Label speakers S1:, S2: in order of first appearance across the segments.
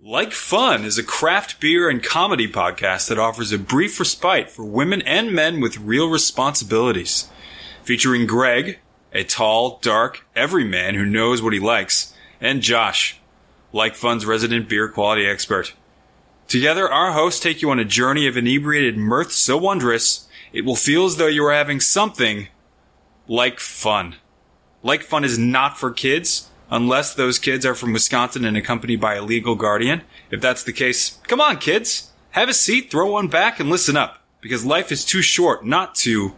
S1: Like Fun is a craft beer and comedy podcast that offers a brief respite for women and men with real responsibilities. Featuring Greg, a tall, dark everyman who knows what he likes, and Josh, Like Fun's resident beer quality expert. Together, our hosts take you on a journey of inebriated mirth so wondrous, it will feel as though you are having something like fun. Like Fun is not for kids unless those kids are from Wisconsin and accompanied by a legal guardian. If that's the case, come on, kids. Have a seat, throw one back, and listen up because life is too short not to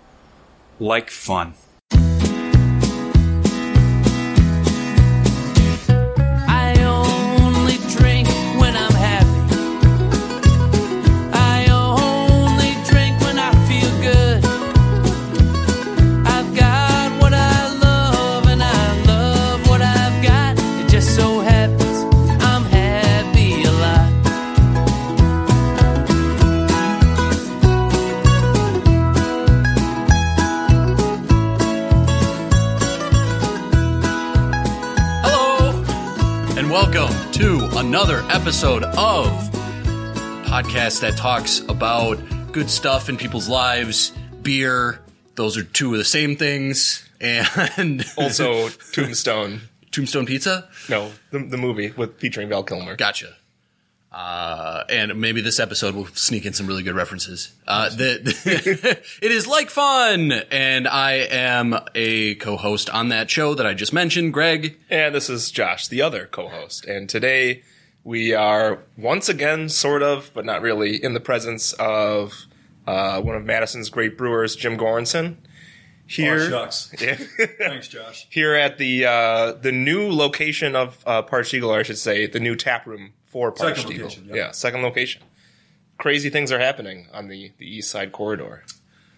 S1: like fun.
S2: I only drink when I'm happy. I only drink when I feel good. I've got what I love and I love what I've got. It just so happens I'm happy a lot.
S3: Hello, and welcome to another episode of podcast that talks about good stuff in people's lives, beer. Those are two of the same things, and
S4: also Tombstone.
S3: Tombstone Pizza.
S4: No, the, the movie with featuring Val Kilmer.
S3: Gotcha. Uh, and maybe this episode will sneak in some really good references. Uh, the, it is like fun, and I am a co-host on that show that I just mentioned, Greg.
S4: And this is Josh, the other co-host. And today we are once again, sort of, but not really, in the presence of uh, one of Madison's great brewers, Jim Goranson.
S1: Oh,
S4: Here,
S1: Thanks, Josh.
S4: here at the uh, the new location of uh, Parched Eagle, or I should say, the new tap room for Parched
S1: Second
S4: Eagle.
S1: location, yeah.
S4: second location. Crazy things are happening on the, the east side corridor.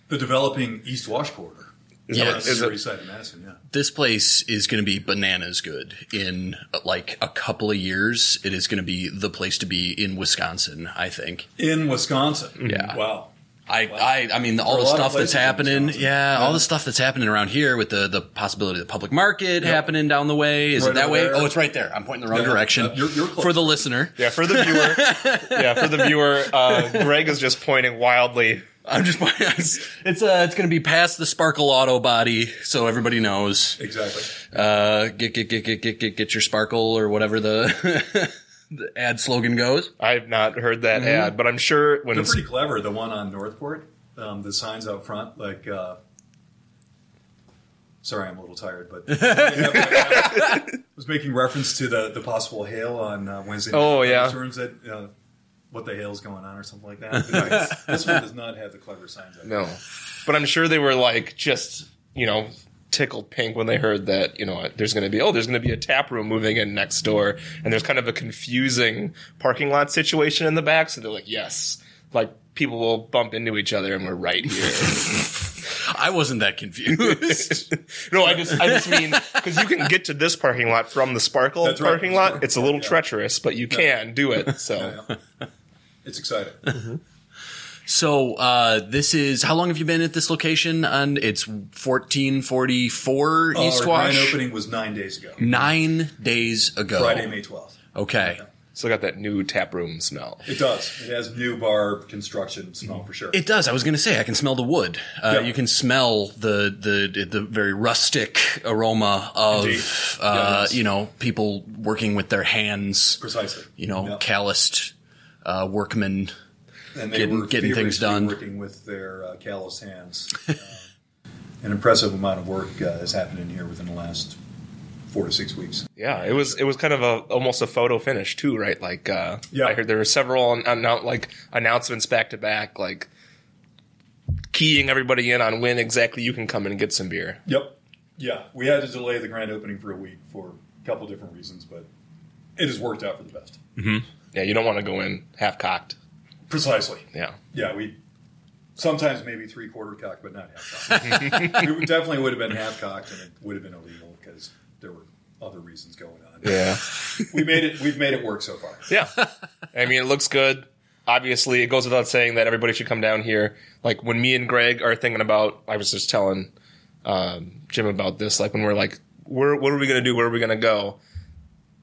S5: the developing East Wash corridor.
S4: Is
S3: Yes.
S4: that-
S5: That's
S4: is
S5: the
S4: it-
S5: east side of Madison, yeah.
S3: this place is going to be bananas good in uh, like a couple of years. It is going to be the place to be in Wisconsin, I think.
S5: In Wisconsin.
S3: Yeah.
S5: Wow.
S3: I, I, I mean, all
S5: a
S3: the
S5: lot of
S3: stuff that's
S5: places in
S3: happening.
S5: Wisconsin.
S3: Yeah, all the stuff that's happening around here with the, the possibility of the public market happening down the way. Is
S5: Right
S3: it that
S5: over
S3: way?
S5: there.
S3: Oh, it's right there. I'm pointing the wrong
S5: Yeah,
S3: direction
S5: yeah, you're- you're close.
S3: for the listener.
S4: Yeah, for the viewer. yeah, for the viewer. Uh, Greg is just pointing wildly.
S3: I'm just, it's, it's, uh, it's going to be past the Sparkle Auto Body. So everybody knows,
S5: Exactly.
S3: uh, get, get, get, get, get, get, get your Sparkle or whatever the, the ad slogan goes.
S4: I've not heard that ad, but I'm sure when
S5: Mm-hmm. They're
S4: it's,
S5: pretty clever. The one on Northport, um, the signs out front, like. Uh, sorry, I'm a little tired, but. I was making reference to the, the possible hail on uh, Wednesday. night.
S4: Oh, yeah.
S5: Concerns that, uh, what the hell's going on or something like that. But no, it's- this one does not have the clever signs out.
S4: no, but I'm sure they were like just you know tickled pink when they heard that you know there's going to be oh there's going to be a tap room moving in next door and there's kind of a confusing parking lot situation in the back, so they're like yes, like people will bump into each other and we're right here.
S3: I wasn't that confused.
S4: no, I just I just mean because you can get to this parking lot from the Sparkle
S5: That's right.
S4: parking lot. It's a little
S5: Yeah.
S4: treacherous, but you can do it. So.
S5: It's exciting.
S4: E
S5: Uh,
S3: So uh, this is how long have you been at this location? And it's fourteen forty four East
S5: Our
S3: Wash.
S5: grand Oh, opening was nine days ago,
S3: Nine days ago.
S5: Friday, May 12th.
S3: Okay.
S4: Still got that new tap room smell.
S5: It does. It has new bar construction smell for sure.
S3: It does. I was going to say I can smell the wood. Uh,
S5: Yeah.
S3: You can smell the the the very rustic aroma of
S5: Indeed. Yeah, it
S3: uh,
S5: is.
S3: you know people working with their hands.
S5: Precisely.
S3: You know,
S5: Yeah.
S3: calloused uh, workmen.
S5: and they
S3: getting-
S5: were
S3: getting things done.
S5: feverishly Working with their uh, calloused hands. Um, an impressive amount of work uh, has happened in here within the last four to six weeks.
S4: Yeah, it was it was kind of a almost a photo finish too, right? Like, uh,
S5: Yeah.
S4: I heard there were several an- annou- like announcements back to back, like keying everybody in on when exactly you can come and get some beer.
S5: Yep. Yeah, we had to delay the grand opening for a week for a couple different reasons, but it has worked out for the best.
S4: Yeah, you don't want to go in half cocked.
S5: Precisely.
S4: Yeah,
S5: Yeah, we sometimes maybe three quarter cock, but not half cock. we definitely would have been half cocked, and it would have been illegal because there were other reasons going on.
S4: yeah,
S5: We made it. We've made it work so far.
S4: yeah. I mean, it looks good. Obviously, it goes without saying that everybody should come down here. Like when me and Greg are thinking about, I was just telling um, Jim about this. Like when we're like, where what are we gonna do? Where are we gonna go?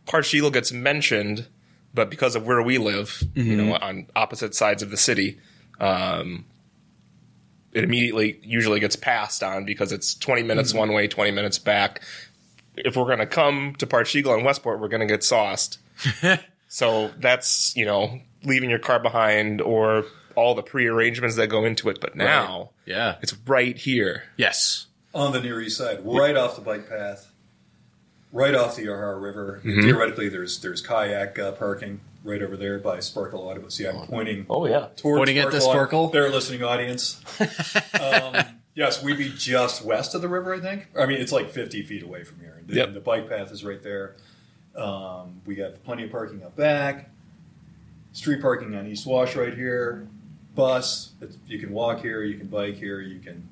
S4: Parshilo gets mentioned but because of where we live, you know, on opposite sides of the city, um, it immediately usually gets passed on because it's 20 minutes one way, 20 minutes back. If we're going to come to Parchegal and Westport, we're going to get sauced. so that's, you know, leaving your car behind or all the prearrangements that go into it. But now
S3: Yeah.
S4: it's right here.
S3: Yes.
S5: on the Near East Side, right off the bike path, right off the Yarhar River.
S4: Mm-hmm.
S5: Theoretically, there's there's kayak uh, parking right over there by Sparkle Auto. But see, I'm pointing
S4: Oh, yeah.
S5: towards
S3: Pointing at the Sparkle?
S5: Their listening audience. um, yes, we'd be just west of the river. I think. I mean, it's like 50 feet away from here, and the,
S4: Yep.
S5: and the bike path is right there. Um, we have plenty of parking up back. Street parking on East Wash right here. Bus. It's, you can walk here. You can bike here. You can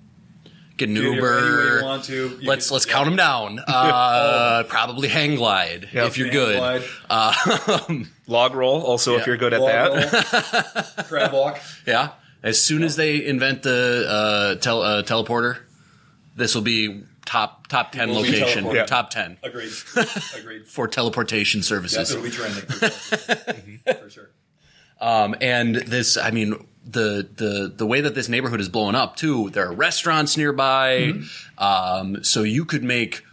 S3: Get an
S5: do it here
S3: Uber.
S5: any way you want to. You
S3: let's
S5: can-
S3: let's
S5: yeah.
S3: count them down. Uh, probably hang glide if you're
S5: Hang
S3: good.
S5: glide.
S3: Uh,
S4: Log roll, also,
S3: Yeah.
S4: if you're good at
S5: Log
S4: that.
S5: roll, crab walk.
S3: yeah. As soon as they invent the uh, tel- uh, teleporter, this will be top top ten
S5: Will be
S3: location.
S5: teleported. Yeah.
S3: Top ten
S5: Agreed. Agreed.
S3: for teleportation services.
S5: That's what we trending. Mm-hmm. For sure.
S3: Um, and this, I mean, the the the way that this neighborhood is blowing up too. There are restaurants nearby,
S5: Mm-hmm.
S3: um, so you could make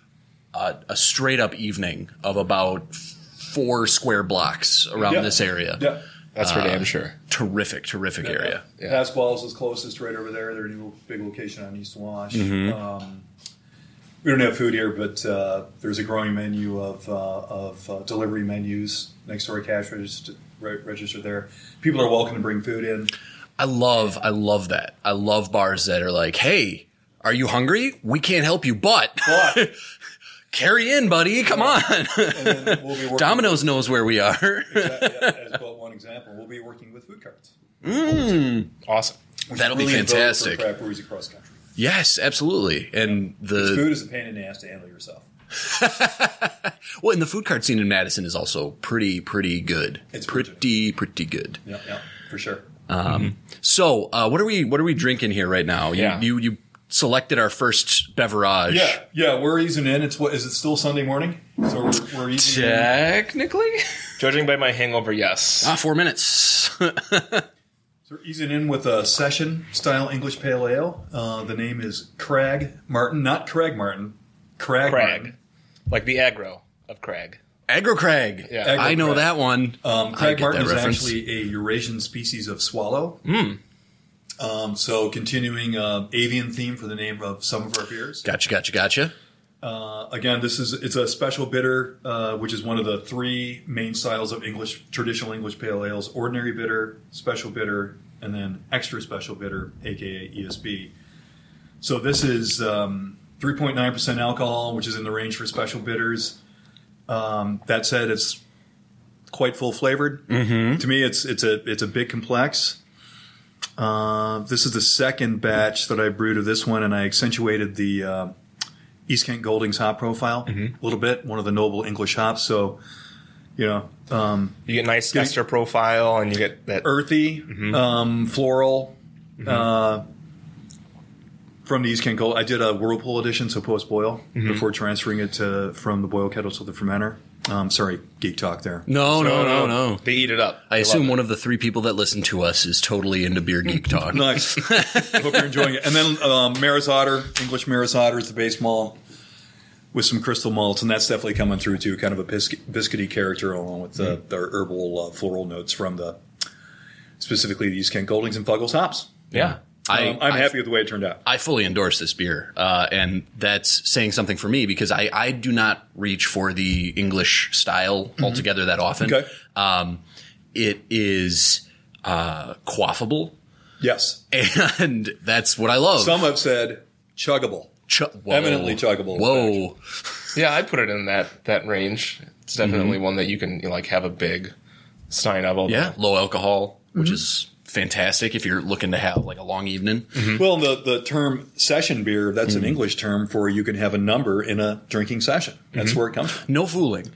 S3: a, a straight up evening of about four square blocks around
S5: Yeah.
S3: this area.
S5: Yeah.
S4: That's for damn sure.
S3: Terrific, terrific area.
S5: Yeah. is closest right over there. Their new big location on East Wash.
S3: Mm-hmm.
S5: Um, we don't have food here, but uh, there's a growing menu of, uh, of uh, delivery menus next to our cash register, re- register there. People are welcome to bring food in.
S3: I love, I love that. I love bars that are like, hey. Are you hungry? We can't help you, but
S5: But
S3: carry in, buddy. Come on.
S5: and then we'll be working
S3: Domino's knows where we are.
S5: as well, one example, we'll be working with food carts.
S4: Awesome.
S5: which
S3: That'll be
S5: really vote for
S3: fantastic.
S5: craft breweries across the country.
S3: yes, absolutely. And the
S5: Food is a pain in the ass to handle yourself.
S3: Well, and the food cart scene in Madison is also pretty, pretty good.
S5: It's
S3: pretty, pretty good.
S5: Yeah, yeah, for sure.
S3: So, uh, what are we, what are we drinking here right now? You,
S4: Yeah.
S3: you, you selected our first beverage.
S5: Yeah, yeah, we're easing in. It's what is it still Sunday morning? So we're, we're easing in.
S3: Technically,
S4: Judging by my hangover, yes.
S3: ah, four minutes.
S5: So we're easing in with a session style English pale ale. Uh, the name is Crag Martin, not Craig Martin, Crag.
S4: Crag.
S5: Martin.
S4: Like the aggro of Crag.
S3: Agrocrag.
S4: Yeah.
S3: I know
S5: Agrocrag.
S3: that one.
S5: Um,
S3: I
S5: Crag
S3: get
S5: Martin
S3: that
S5: is
S3: reference. Hmm.
S5: actually a Eurasian species of swallow. Um, so continuing uh, avian theme for the name of some of our beers.
S3: Gotcha, gotcha, gotcha.
S5: Uh, Again, this is it's a special bitter, uh, which is one of the three main styles of English traditional English pale ales: ordinary bitter, special bitter, and then extra special bitter, aka ESB. E So this is um, 3.9 percent alcohol, which is in the range for special bitters. Um, that said, it's quite full flavored. Mm-hmm. To me, it's it's a it's a bit complex. Uh, this is the second batch that I brewed of this one, and I accentuated the. Uh, East Kent Golding's hop profile a little bit, one of the noble English hops. So, you know,
S4: You get nice ester profile and you get
S3: Oh,
S4: that
S5: earthy, um, floral, uh, from the East Kent Gold. I did a Whirlpool edition, so post boil, before transferring it to, from the boil kettle to the fermenter. Um, sorry, geek talk there.
S3: No, no, no, no.
S4: They eat it up.
S3: I assume one of the three people that listen to us is totally into beer geek talk.
S5: Nice. Hope you're enjoying it. And then um, Maris Otter, English Maris Otter is the base malt with some crystal malts, and that's definitely coming through too. Kind of a bisc- biscuity character along with the,
S3: Mm-hmm.
S5: the herbal uh, floral notes from the specifically the East Kent Goldings and Fuggles hops.
S4: Yeah.
S3: I,
S5: Um, I'm
S3: I-
S5: happy with the way it turned out.
S3: I fully endorse this beer, uh, and that's saying something for me because I, I do not reach for the English style altogether that often.
S5: Mm-hmm. Okay.
S3: Um, it is uh, quaffable,
S5: Yes.
S3: and that's what I love.
S5: Some have said chuggable.
S3: Ch- whoa.
S5: eminently chuggable, in
S3: Whoa,
S4: Yeah, I put it in that that range. It's definitely one that you can you know, like have a big stein of. although-
S3: Mm-hmm. yeah, low alcohol, which
S5: Mm-hmm.
S3: is fantastic if you're looking to have like a long evening.
S5: Well, the, the term session beer, that's
S3: Hmm.
S5: an English term for you can have a number in a drinking session. That's
S3: Mm-hmm.
S5: where it comes from.
S3: No fooling.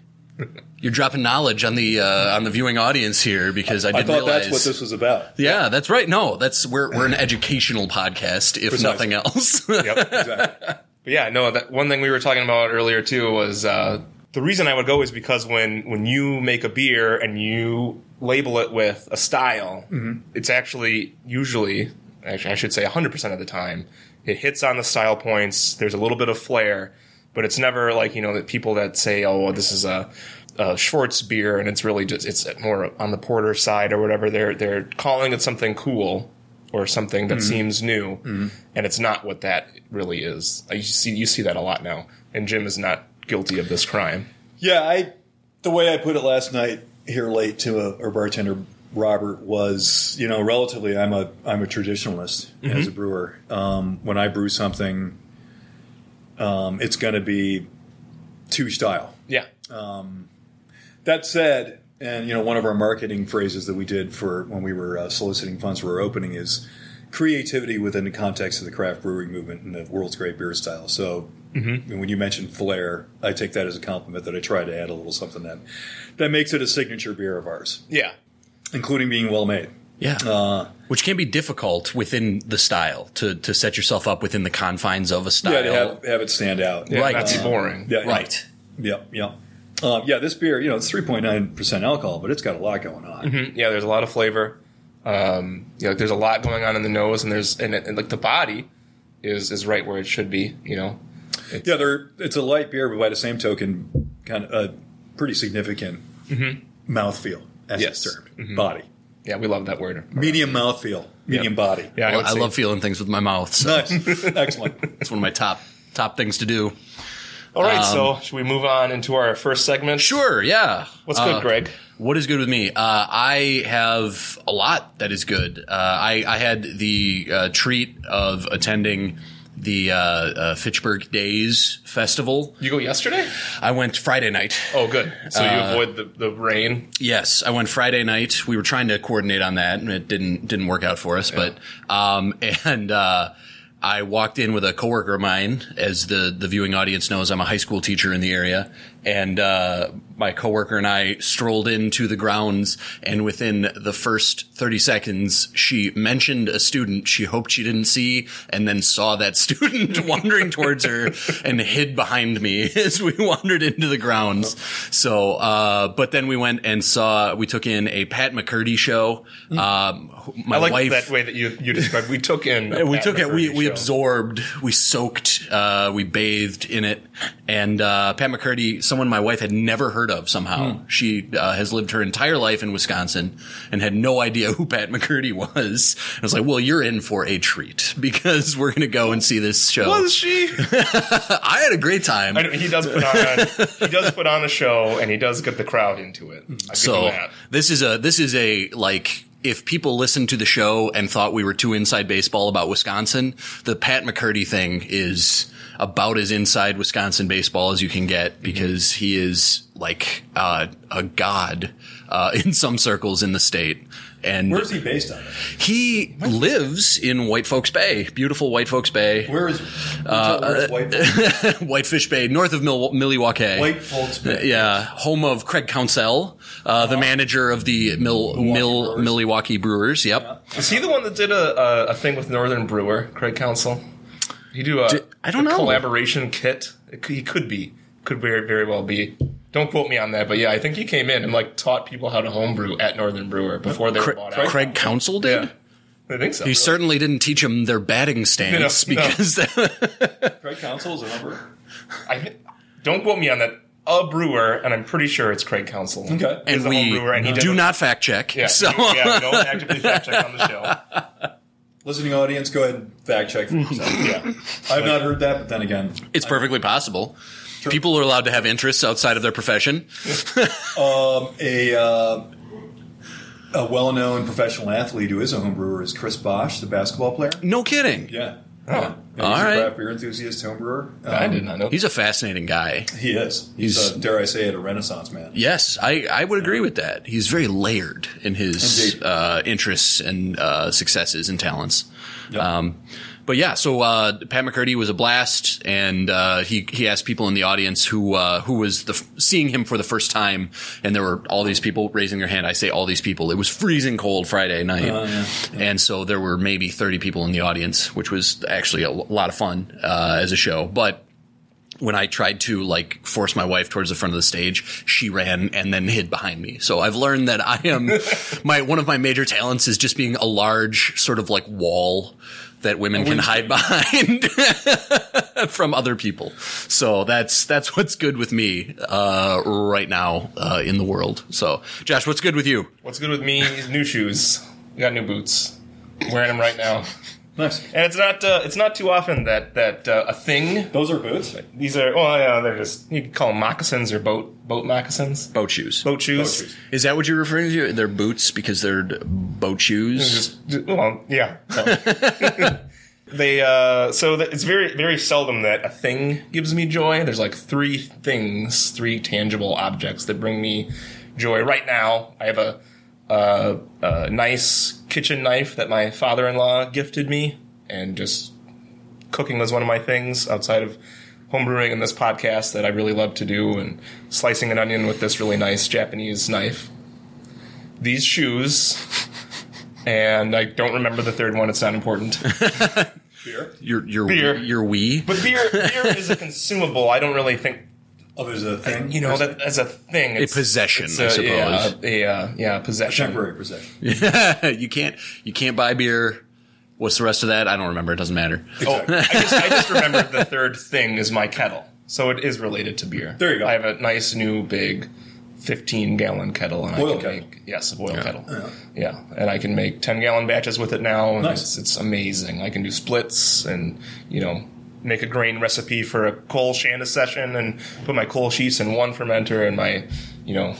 S3: You're dropping knowledge on the uh, on the viewing audience here because I
S5: I
S3: didn't
S5: thought
S3: realize
S5: that's what this was about.
S3: Yeah, that's right. No, that's we're we're an educational podcast, if nothing else.
S5: Exactly.
S4: But yeah, no, that one thing we were talking about earlier too was uh, the the reason I would go is because when when you make a beer and you label it with a style, it's actually usually actually I should say 100% of the time it hits on the style points. There's a little bit of flair, but it's never like, you know, that people that say, "Oh, well, this is a a Schwartz beer," and it's really just it's more on the porter side or whatever. They're they're calling it something cool or something that seems new, and it's not what that really is. You see, you see that a lot now, and Jim is not guilty of this crime.
S5: Yeah, I the way I put it last night here late to a, our bartender Robert was, you know, relatively I'm a I'm a traditionalist as a brewer. Um, when I brew something, um, it's going to be two style.
S4: Yeah,
S5: That said, and you know, one of our marketing phrases that we did for when we were uh, soliciting funds for our opening is creativity within the context of the craft brewing movement and the world's great beer style. So, and when you mentioned flair, I take that as a compliment that I try to add a little something that that makes it a signature beer of ours,
S4: yeah,
S5: including being well made.
S3: Yeah.
S5: Uh,
S3: Which can be difficult within the style to, to set yourself up within the confines of a style.
S5: Yeah, to have, have it stand out.
S4: yeah
S3: Right.
S4: That's boring.
S5: Yeah, yeah.
S3: Right.
S5: Yeah, yeah. Uh, yeah, this beer, you know, it's 3.9% alcohol, but it's got a lot going on.
S4: yeah, there's a lot of flavor. Um, you know, like, there's a lot going on in the nose, and there's and, it, and like the body is is right where it should be. You know,
S5: Yeah, they're, it's a light beer, but by the same token, kind of a pretty significant mouthfeel,
S4: Mm-hmm.
S5: as
S4: Yes. Mm-hmm.
S5: it's termed. Body.
S4: yeah, we love that word.
S5: Medium mouthfeel, medium body.
S4: Yeah,
S3: Well,
S4: would
S3: I
S4: say-
S3: love feeling things with my mouth. So
S5: Nice. Excellent.
S3: it's one of my top top things to do.
S4: All right, so should we move on into our first segment?
S3: um, Sure. Yeah.
S4: What's
S3: Uh,
S4: good, Greg?
S3: What is good with me? Uh, I have a lot that is good. Uh, I, I had the uh, treat of attending the uh, uh, Fitchburg Days Festival.
S4: You go yesterday?
S3: I went Friday night.
S4: Oh, good. So you
S3: Uh,
S4: avoid the, the rain.
S3: Yes, I went Friday night. We were trying to coordinate on that, and it didn't didn't work out for us. But um, and uh, I walked in with a coworker of mine. As the the viewing audience knows, I'm a high school teacher in the area, and uh, my coworker and I strolled into the grounds. And within the first 30 seconds, she mentioned a student she hoped she didn't see, and then saw that student wandering towards her and hid behind me as we wandered into the grounds. So, uh, but then we went and saw, we took in a Pat McCurdy show. Um, who- my
S4: Mm. I like
S3: wife.
S4: that way that you, you described. We took in.
S3: we
S4: Pat
S3: took it. We,
S4: McCurdy
S3: we
S4: show.
S3: absorbed. We soaked. Uh, we bathed in it. And uh, Pat McCurdy, someone my wife had never heard of somehow.
S4: Hmm.
S3: She uh, has lived her entire life in Wisconsin and had no idea who Pat McCurdy was. I was like, "Well, you're in for a treat because we're going to go and see this show."
S4: Was she?
S3: I had a great time.
S4: I know, he does put on a, he does put on a show, and he does get the crowd into it. I give him
S3: So
S4: that.
S3: this is a this is a like if people listened to the show and thought we were too inside baseball about Wisconsin, the Pat McCurdy thing is about as inside Wisconsin baseball as you can
S5: Mm-hmm.
S3: get because he is like uh, a god uh, in some circles in the state. And
S5: Where's he based on? it?
S3: he lives in White Folks Bay, beautiful White Folks Bay,
S5: Where is,
S3: Uh,
S5: where's White, Folks-
S3: Whitefish Bay, north of Mil- Milwaukee.
S5: White Folks?
S3: yeah, home of Craig Council, uh,
S4: Uh-huh.
S3: the manager of the Mill Mill
S5: Brewers.
S3: Milwaukee Brewers. Yep,
S4: Is he the one that did a, a, a thing with Northern Brewer, Craig Council? He do a
S3: I don't
S4: a
S3: know.
S4: collaboration kit. It could, he could be, could very very well be. Don't quote me on that, but yeah, I think he came in and like taught people how to homebrew at Northern Brewer before they were
S3: Cra-
S4: bought out.
S3: Craig Council did.
S4: Yeah. I think so.
S3: He certainly didn't teach him their batting stance
S4: No, no.
S3: because
S5: Craig Council is a number.
S4: I, thi- don't quote me on that. A brewer, and I'm pretty sure it's Craig Council.
S5: Okay.
S4: He's
S3: and
S4: a
S3: we
S4: homebrewer, and he
S3: do
S4: doesn't-
S3: not fact check.
S4: Yeah,
S3: so
S4: you- yeah, don't actively fact check on the show.
S5: Listening audience, go ahead and fact check for yourself.
S4: Yeah,
S5: I've not heard that, but then again,
S3: it's perfectly possible. People are allowed to have interests outside of their profession.
S5: a uh, a well-known professional athlete who is a home brewer is Chris Bosch, the basketball player.
S3: No kidding.
S5: Yeah. Yeah. And
S3: All
S5: he's
S3: right.
S5: a craft beer enthusiast, home brewer.
S4: Oh. I
S5: Um,
S4: did not know.
S3: He's a fascinating guy.
S5: He is. He's,
S3: He's-
S5: uh, dare I say it, a renaissance man.
S3: Yes, I, I would agree with that. He's very layered in his
S5: Indeed.
S3: uh, interests and uh, successes and talents.
S5: Yep.
S3: Um, but yeah, so uh, Pat McCurdy was a blast, and uh, he he asked people in the audience who uh, who was the f- seeing him for the first time, and there were all these people raising their hand. I say all these people. It was freezing cold Friday night, and so there were maybe thirty people in the audience, which was actually a l- lot of fun uh, as a show. But when I tried to like force my wife towards the front of the stage, she ran and then hid behind me. So I've learned that I am my one of my major talents is just being a large sort of like wall that women can hide behind from other people. So that's that's what's good with me uh, right now uh, in the world. So Josh, what's good with you?
S4: What's good with me is new shoes. I got new boots. I'm wearing them right now.
S5: Nice.
S4: And it's not uh, it's not too often that that uh, a thing.
S5: Those are boots.
S4: These are well, yeah, they're just you could call them moccasins or boat boat moccasins,
S3: Boat shoes.
S4: boat shoes.
S5: Boat shoes.
S3: Is that what you're referring to? They're boots because they're d- boat shoes.
S4: Just- well, yeah. they uh, so that it's very very seldom that a thing gives me joy. There's like three things, three tangible objects that bring me joy right now. I have a uh, a nice kitchen knife that my father-in-law gifted me, and just cooking was one of my things outside of homebrewing and this podcast that I really love to do, and slicing an onion with this really nice Japanese knife. These shoes, and I don't remember the third one. It's not important.
S5: Beer.
S3: Your your
S4: Beer.
S3: your we.
S4: But beer, beer is a consumable. I don't really think
S5: Oh, there's a thing.
S4: you know that as a thing. It's,
S3: possession,
S4: it's
S3: I
S4: a-
S3: suppose.
S4: Yeah, uh, a, uh, yeah, possession.
S5: Temporary possession.
S3: you can't you can't buy beer. What's the rest of that? I don't remember. It doesn't matter.
S4: Oh,
S5: Exactly.
S4: I just, I just remembered the third thing is my kettle, so it is related to beer.
S5: There you go.
S4: I have a nice new big. 15 gallon kettle and
S5: Boil
S4: I can
S5: kettle.
S4: make yes a boil kettle yeah. and I can make 10 gallon batches with it now and
S5: Nice.
S4: it's, it's amazing I can do splits and you know make a grain recipe for a coal shanda session and put my coal sheets in one fermenter and my you know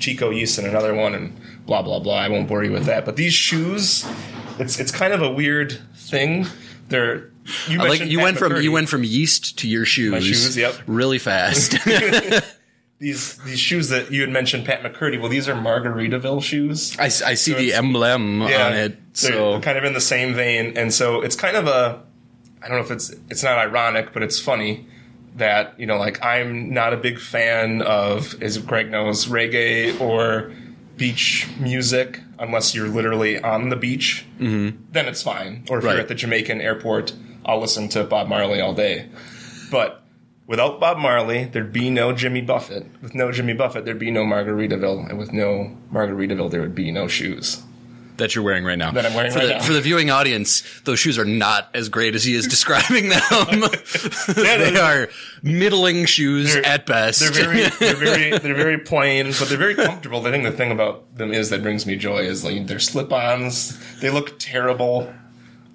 S4: Chico yeast in another one and blah blah blah I won't bore you with that but these shoes it's it's kind of a weird thing they're you,
S3: I like
S4: mentioned
S3: you
S4: Pat
S3: went from you
S4: McCurdy.
S3: went from yeast to your shoes.
S4: shoes, yep.
S3: Really fast.
S4: these these shoes that you had mentioned Pat McCurdy well these are Margaritaville shoes
S3: I, s- I see the
S4: it's-
S3: emblem on it.
S4: they're
S3: So
S4: kind of in the same vein, and so it's kind of a I don't know if it's it's not ironic, but it's funny that you know like I'm not a big fan of as Greg knows reggae or beach music unless you're literally on the beach. Mm-hmm. Then it's fine. Or if
S3: Right.
S4: you're at the Jamaican airport, I'll listen to Bob Marley all day. But without Bob Marley, there'd be no Jimmy Buffett. With no Jimmy Buffett, there'd be no Margaritaville, and with no Margaritaville, there would be no shoes.
S3: that you're wearing right now.
S4: That I'm wearing
S3: for
S4: right
S3: the,
S4: now.
S3: For the viewing audience, those shoes are not as great as he is describing them. they
S4: is-
S3: are middling shoes
S4: They're-
S3: at best.
S4: They're very, they're very, they're very plain, but they're very comfortable. I think the thing about them is that brings me joy is like they're slip-ons. They look terrible,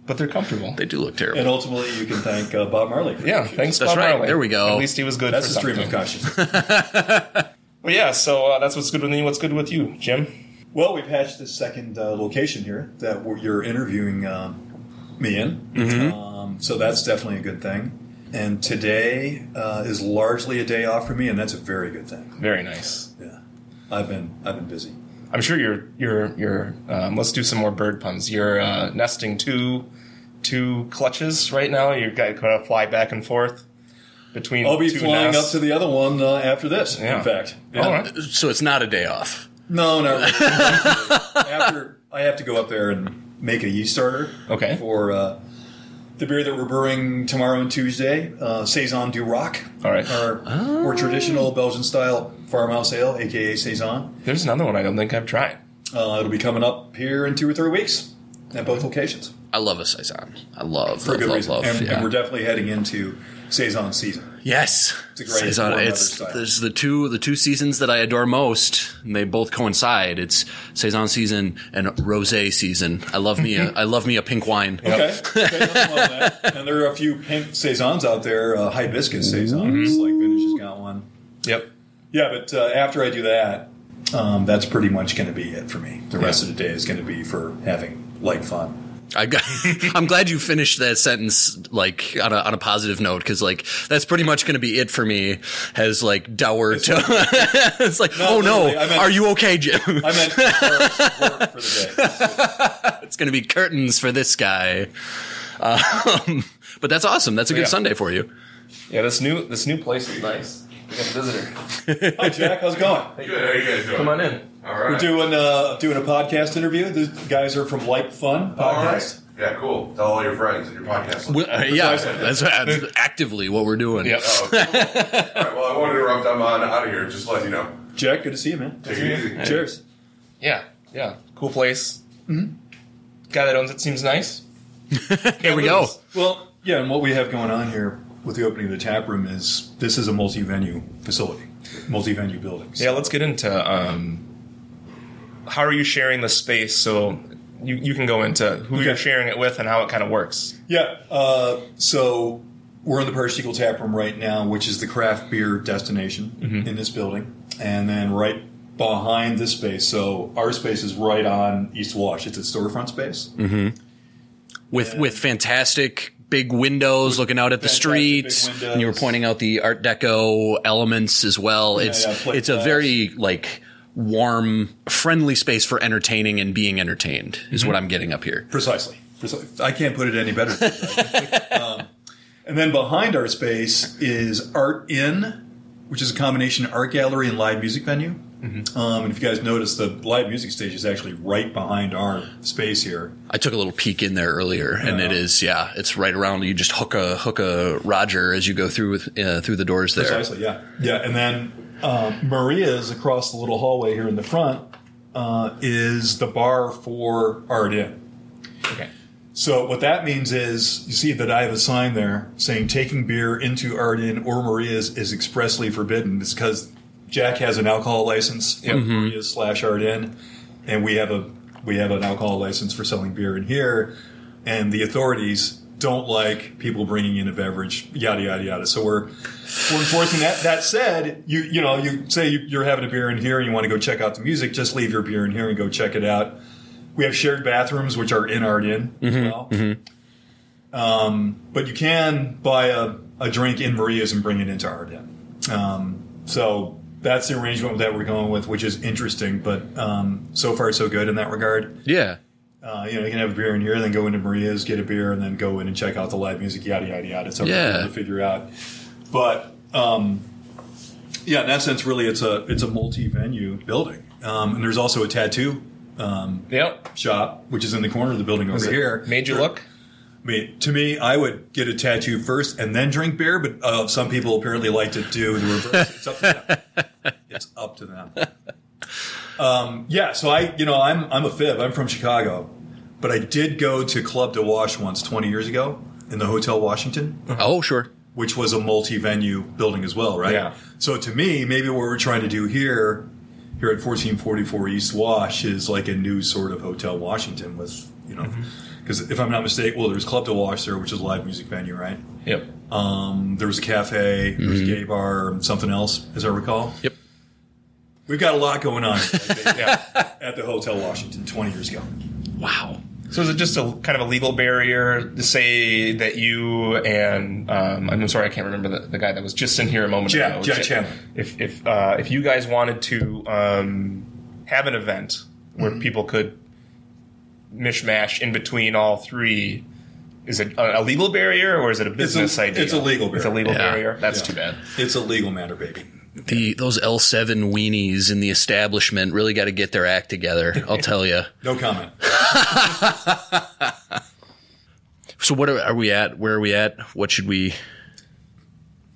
S4: but they're comfortable.
S3: They do look terrible.
S5: And ultimately, you can thank uh, Bob Marley. for
S4: yeah,
S5: those shoes.
S4: thanks,
S3: That's
S4: Bob
S3: right.
S4: Marley.
S3: There we go.
S4: At least he was good.
S5: That's
S4: for
S5: the stream of
S4: something.
S5: consciousness.
S4: But yeah, so uh, that's what's good with me. What's good with you, Jim?
S5: well, we've hatched this second uh, location here that we're, you're interviewing um, me in.
S3: Mm-hmm.
S5: Um, so that's definitely a good thing. And today uh, is largely a day off for me, and that's a very good thing.
S4: Very nice.
S5: Yeah, I've been I've been busy.
S4: I'm sure you're, you're, you're. Um, let's do some more bird puns. You're uh, nesting two, two clutches right now. You're going to fly back and forth between.
S5: I'll be
S4: two
S5: flying
S4: nests.
S5: up to the other one uh, after this.
S4: Yeah.
S5: In fact, Yeah.
S4: All right.
S3: so it's not a day off.
S5: No, no. After I have to go up there and make a yeast starter.
S4: Okay.
S5: For uh, the beer that we're brewing tomorrow and Tuesday, uh, saison du roc.
S4: All right.
S5: Our more
S3: Oh.
S5: traditional Belgian style farmhouse ale, aka saison.
S4: There's another one I don't think I've tried.
S5: Uh, it'll be coming up here in two or three weeks at both locations
S3: I love a saison. I love
S5: for a
S3: love
S5: good
S3: love,
S5: reason,
S3: love.
S5: and,
S3: yeah.
S5: and we're definitely heading into saison season.
S3: Yes,
S5: a great
S3: It's on-
S5: warm
S3: it's-
S5: weather style.
S3: there's the two the two seasons that I adore most, and they both coincide. It's saison season and rosé season. I love me a, I love me a pink wine.
S5: Okay. okay nothing wrong with that. And there are a few pink saisons out there. Uh, hibiscus saisons, like Vintage has got one.
S4: Yep.
S5: Yeah, but uh, after I do that, um, that's pretty much going to be it for me. The rest of the day is going to be for having light fun.
S3: I got, I'm glad you finished that sentence like on a, on a positive note because like that's pretty much going to be it for me. Has like dour tone. it's like
S5: No,
S3: oh no,
S5: literally, I meant-
S3: are you okay, Jim?
S5: I meant for, work for the day.
S3: it's going to be curtains for this guy. Um, but that's awesome.
S5: Oh,
S3: That's a good
S4: Yeah.
S3: Sunday for you.
S4: Yeah, this new this new place is nice. We got a visitor.
S5: Hi, Jack. How's it going?
S6: Good, how you guys doing?
S4: Come on in.
S6: All
S5: We're
S6: right.
S5: doing uh, doing a podcast interview. The guys are from Light Fun
S6: All right.
S5: podcast.
S6: Yeah, cool. Tell all your friends and your podcast.
S3: We- uh, yeah, that's, that's actively what we're doing.
S4: Yep.
S6: Oh, cool. all right, well, I won't interrupt. I'm on out of here. Just let you know.
S5: Jack, good to see you, man.
S6: Take it easy.
S5: Cheers.
S4: Yeah, yeah. Cool place. Guy that owns it seems nice.
S3: Here we go.
S5: Well, yeah, and what we have going on here with the opening of the tap room is this is a multi-venue facility, multi-venue building.
S4: Yeah, let's get into um, how are you sharing the space? So you, you can go into who you're
S5: Okay.
S4: sharing it with and how it kind of works.
S5: Yeah. Uh, so we're in the Parsegvagal Tap Room right now, which is the craft beer destination in this building, and then right behind this space. So our space is right on East Wash. It's a storefront space.
S3: With with fantastic big windows looking out at the
S5: Fantastic
S3: streets.
S5: big windows.
S3: And you were pointing out the Art Deco elements as well. it's
S5: yeah, plate
S3: it's a
S5: glass.
S3: very like warm, friendly space for entertaining and being entertained
S5: Mm-hmm.
S3: is what I'm getting up here.
S5: Precisely. Precisely. I can't put it any better. Than that. um, and then behind our space is Art Inn, which is a combination art gallery and live music venue. Um, and if you guys notice, the live music stage is actually right behind our space here.
S3: I took a little peek in there earlier, and it is yeah, it's right around. You just hook a hook a Roger as you go through with uh, through the doors there.
S5: Precisely, yeah. Yeah, and then um, Maria's across the little hallway here in the front uh, is the bar for Art Inn.
S4: Okay.
S5: So what that means is, you see that I have a sign there saying taking beer into Art Inn or Maria's is expressly forbidden. It's because Jack has an alcohol license for Maria's slash Art Inn, and we have a we have an alcohol license for selling beer in here, and the authorities don't like people bringing in a beverage, yada yada yada. So we're we're enforcing that. That said, you you know you say you- you're having a beer in here and you want to go check out the music, just leave your beer in here and go check it out. We have shared bathrooms, which are in Art Inn as well. Um, but you can buy a, a drink in Maria's and bring it into Art Inn. Um, so that's the arrangement that we're going with, which is interesting. But um, so far, so good in that regard.
S3: Yeah,
S5: Uh, you know, you can have a beer in here, then go into Maria's, get a beer, and then go in and check out the live music, yada yada yada. It's up
S3: Yeah.
S5: to people to figure out. But um, yeah, in that sense, really, it's a it's a multi-venue building, um, and there's also a tattoo um,
S4: Yep.
S5: shop, which is in the corner of the building over here.
S4: Made you look?
S5: I mean, to me, I would get a tattoo first and then drink beer, but uh, some people apparently like to do the reverse. It's up to them. It's up to them. Um, yeah, so I, you know, I'm I'm a fib. I'm from Chicago, but I did go to Club de Wash once 20 years ago in the Hotel Washington,
S3: Oh, sure.
S5: which was a multi-venue building as well, right?
S4: Yeah.
S5: So to me, maybe what we're trying to do here, here at 1444 East Wash, is like a new sort of Hotel Washington with, you know,
S4: Mm-hmm.
S5: because if I'm not mistaken, well, there's Club to Wash there, which is a live music venue, right?
S4: Yep.
S5: Um, there was a cafe, there was a gay bar, and something else, as I recall.
S3: Yep.
S5: We've got a lot going on at the-
S4: Yeah.
S5: at the Hotel Washington 20 years ago.
S3: Wow.
S4: So is it just a kind of a legal barrier to say that you and um, I'm sorry I can't remember the, the guy that was just in here a moment
S5: Jack-
S4: ago.
S5: Jack
S4: Ja-
S5: Chandler.
S4: If if uh, if you guys wanted to um, have an event where
S5: Mm-hmm.
S4: people could mishmash in between all three, is it a, a legal barrier or is it a business idea?
S5: it's a legal
S4: It's a legal
S3: barrier.
S4: barrier. That's
S5: Yeah.
S4: too bad.
S5: It's a legal matter, baby.
S3: The those L seven weenies in the establishment really got to get their act together. I'll tell you.
S5: No comment.
S3: So what are, are we at? Where are we at? What should we?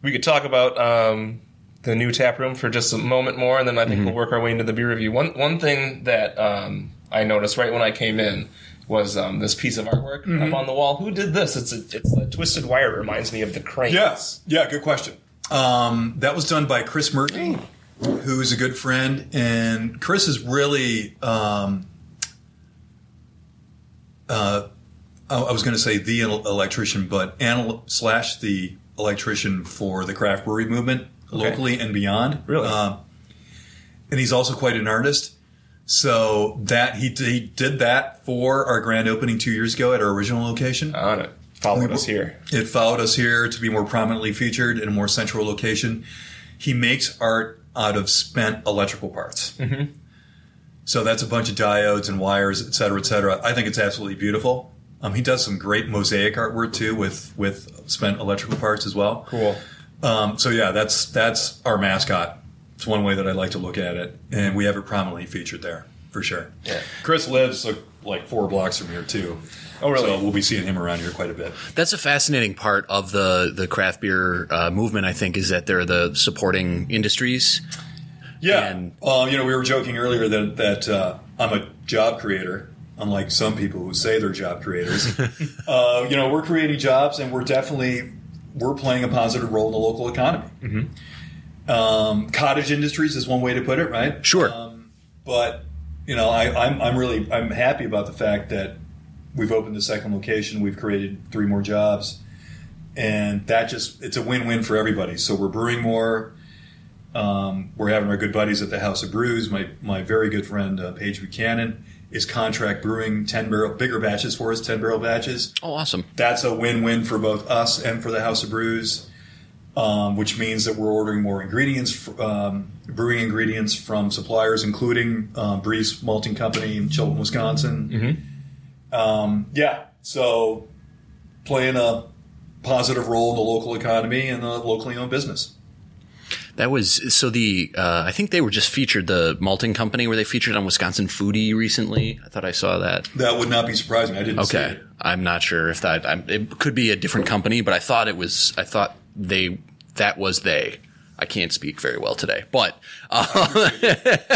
S4: We could talk about um, the new tap room for just a moment more, and then I think we'll work our way into the beer review. One one thing that um, I noticed right when I came in was um, this piece of artwork up on the wall. Who did this? It's a, it's a twisted wire. It Reminds me of the crane.
S5: Yes. Yeah, good question. Um, that was done by Chris Merton, who's a good friend. And Chris is really, um, uh, I I was going to say the el- electrician, but anal- slash the electrician for the craft brewery movement locally and beyond.
S4: Really?
S5: Um, and he's also quite an artist. So that he, he did that for our grand opening two years ago at our original location.
S4: on it. Followed us here.
S5: It followed us here to be more prominently featured in a more central location. He makes art out of spent electrical parts. So that's a bunch of diodes and wires, et cetera, et cetera. I think it's absolutely beautiful. Um, he does some great mosaic artwork too with with spent electrical parts as well.
S4: Cool.
S5: Um, so yeah, that's that's our mascot. It's one way that I like to look at it, and we have it prominently featured there. for sure. Chris lives like, like four blocks from here too. Oh, really? So we'll be seeing him around here quite a bit.
S3: That's a fascinating part of the the craft beer uh, movement. I think is that they're the supporting industries.
S5: Yeah.
S3: And-
S5: um, you know, we were joking earlier that that uh, I'm a job creator, unlike some people who say they're job creators. uh, you know, we're creating jobs, and we're definitely we're playing a positive role in the local economy. Um, cottage industries is one way to put it, right?
S3: Mm-hmm. Sure.
S5: Um, but you know, I, I'm I'm really I'm happy about the fact that we've opened the second location, we've created three more jobs, and that just it's a win-win for everybody. So we're brewing more, um, we're having our good buddies at the House of Brews. My my very good friend uh, Paige Buchanan is contract brewing ten barrel bigger batches for us, ten barrel batches.
S3: Oh, awesome!
S5: That's a win win for both us and for the House of Brews, um, which means that we're ordering more ingredients, fr- um, brewing ingredients from suppliers, including um, Breeze Malting Company in Chilton, Wisconsin. Um, yeah, so playing a positive role in the local economy and the locally owned business.
S3: That was so the uh, I think they were just featured the malting company where they featured on Wisconsin Foodie recently. I thought I saw that.
S5: That would not be surprising. I didn't see
S3: Okay,
S5: it.
S3: I'm not sure if that I'm, it could be a different company, but I thought it was. I thought they that was they. I can't speak very well today, but uh,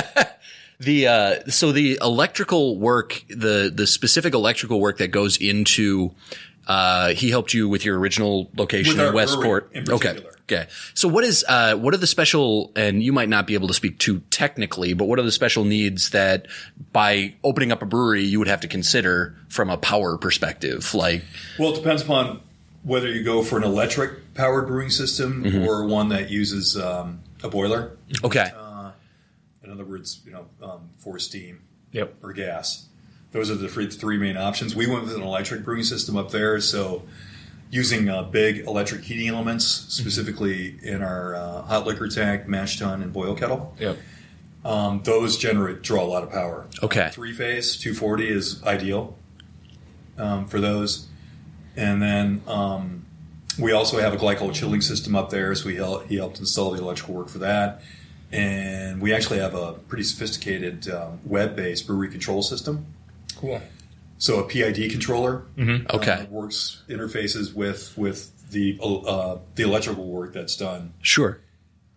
S3: the uh, so the electrical work, the the specific electrical work that goes into. Uh, he helped you with your original location
S5: With our
S3: in Westport.
S5: brewery in
S3: okay.
S5: particular.
S3: Okay. So what is uh, what are the special and you might not be able to speak to technically, but what are the special needs that by opening up a brewery you would have to consider from a power perspective? Like
S5: Well, it depends upon whether you go for an electric powered brewing system or one that uses um, a boiler.
S3: okay.
S5: In other words, you know, um, for steam
S4: Yep.
S5: or gas. Those are the three, three main options. We went with an electric brewing system up there, so using uh, big electric heating elements, specifically in our uh, hot liquor tank, mash tun, and boil kettle.
S4: Yep.
S5: Um, those generate draw a lot of power.
S3: Okay.
S5: three phase 240 is ideal um, for those, and then um, we also have a glycol chilling system up there, so we hel- he helped install the electrical work for that, and we actually have a pretty sophisticated um, web-based brewery control system.
S4: Cool.
S5: So a PID controller uh,
S3: Mm-hmm. Okay.
S5: works interfaces with with the uh, the electrical work that's done
S3: Sure.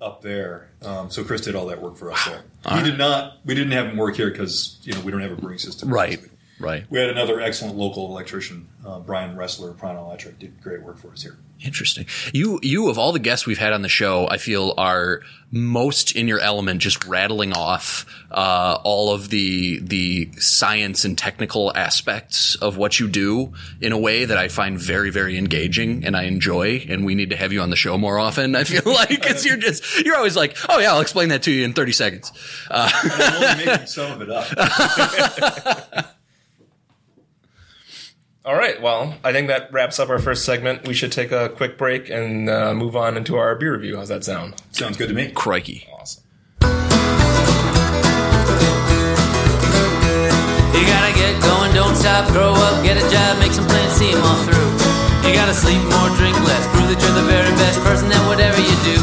S5: up there. Um, so Chris did all that work for us there. we did not. We didn't have him work here because you know we don't have a brewing system.
S3: Right. Right.
S5: We had another excellent local electrician, uh, Brian Wrestler of Prana Electric, did great work for us here.
S3: Interesting. You you of all the guests we've had on the show, I feel are most in your element, just rattling off uh, all of the the science and technical aspects of what you do in a way that I find very very engaging and I enjoy. And we need to have you on the show more often. I feel like because you're just you're always like, oh yeah, I'll explain that to you in thirty seconds.
S5: I'm only making some of it up.
S4: All right. Well, I think that wraps up our first segment. We should take a quick break and uh, move on into our beer review. How's that sound?
S5: Sounds good to me.
S3: Crikey.
S4: Awesome.
S2: You gotta get going, don't stop, grow up, get a job, make some plans, see 'em all through. You gotta sleep more, drink less, prove that you're the very best person at whatever you do.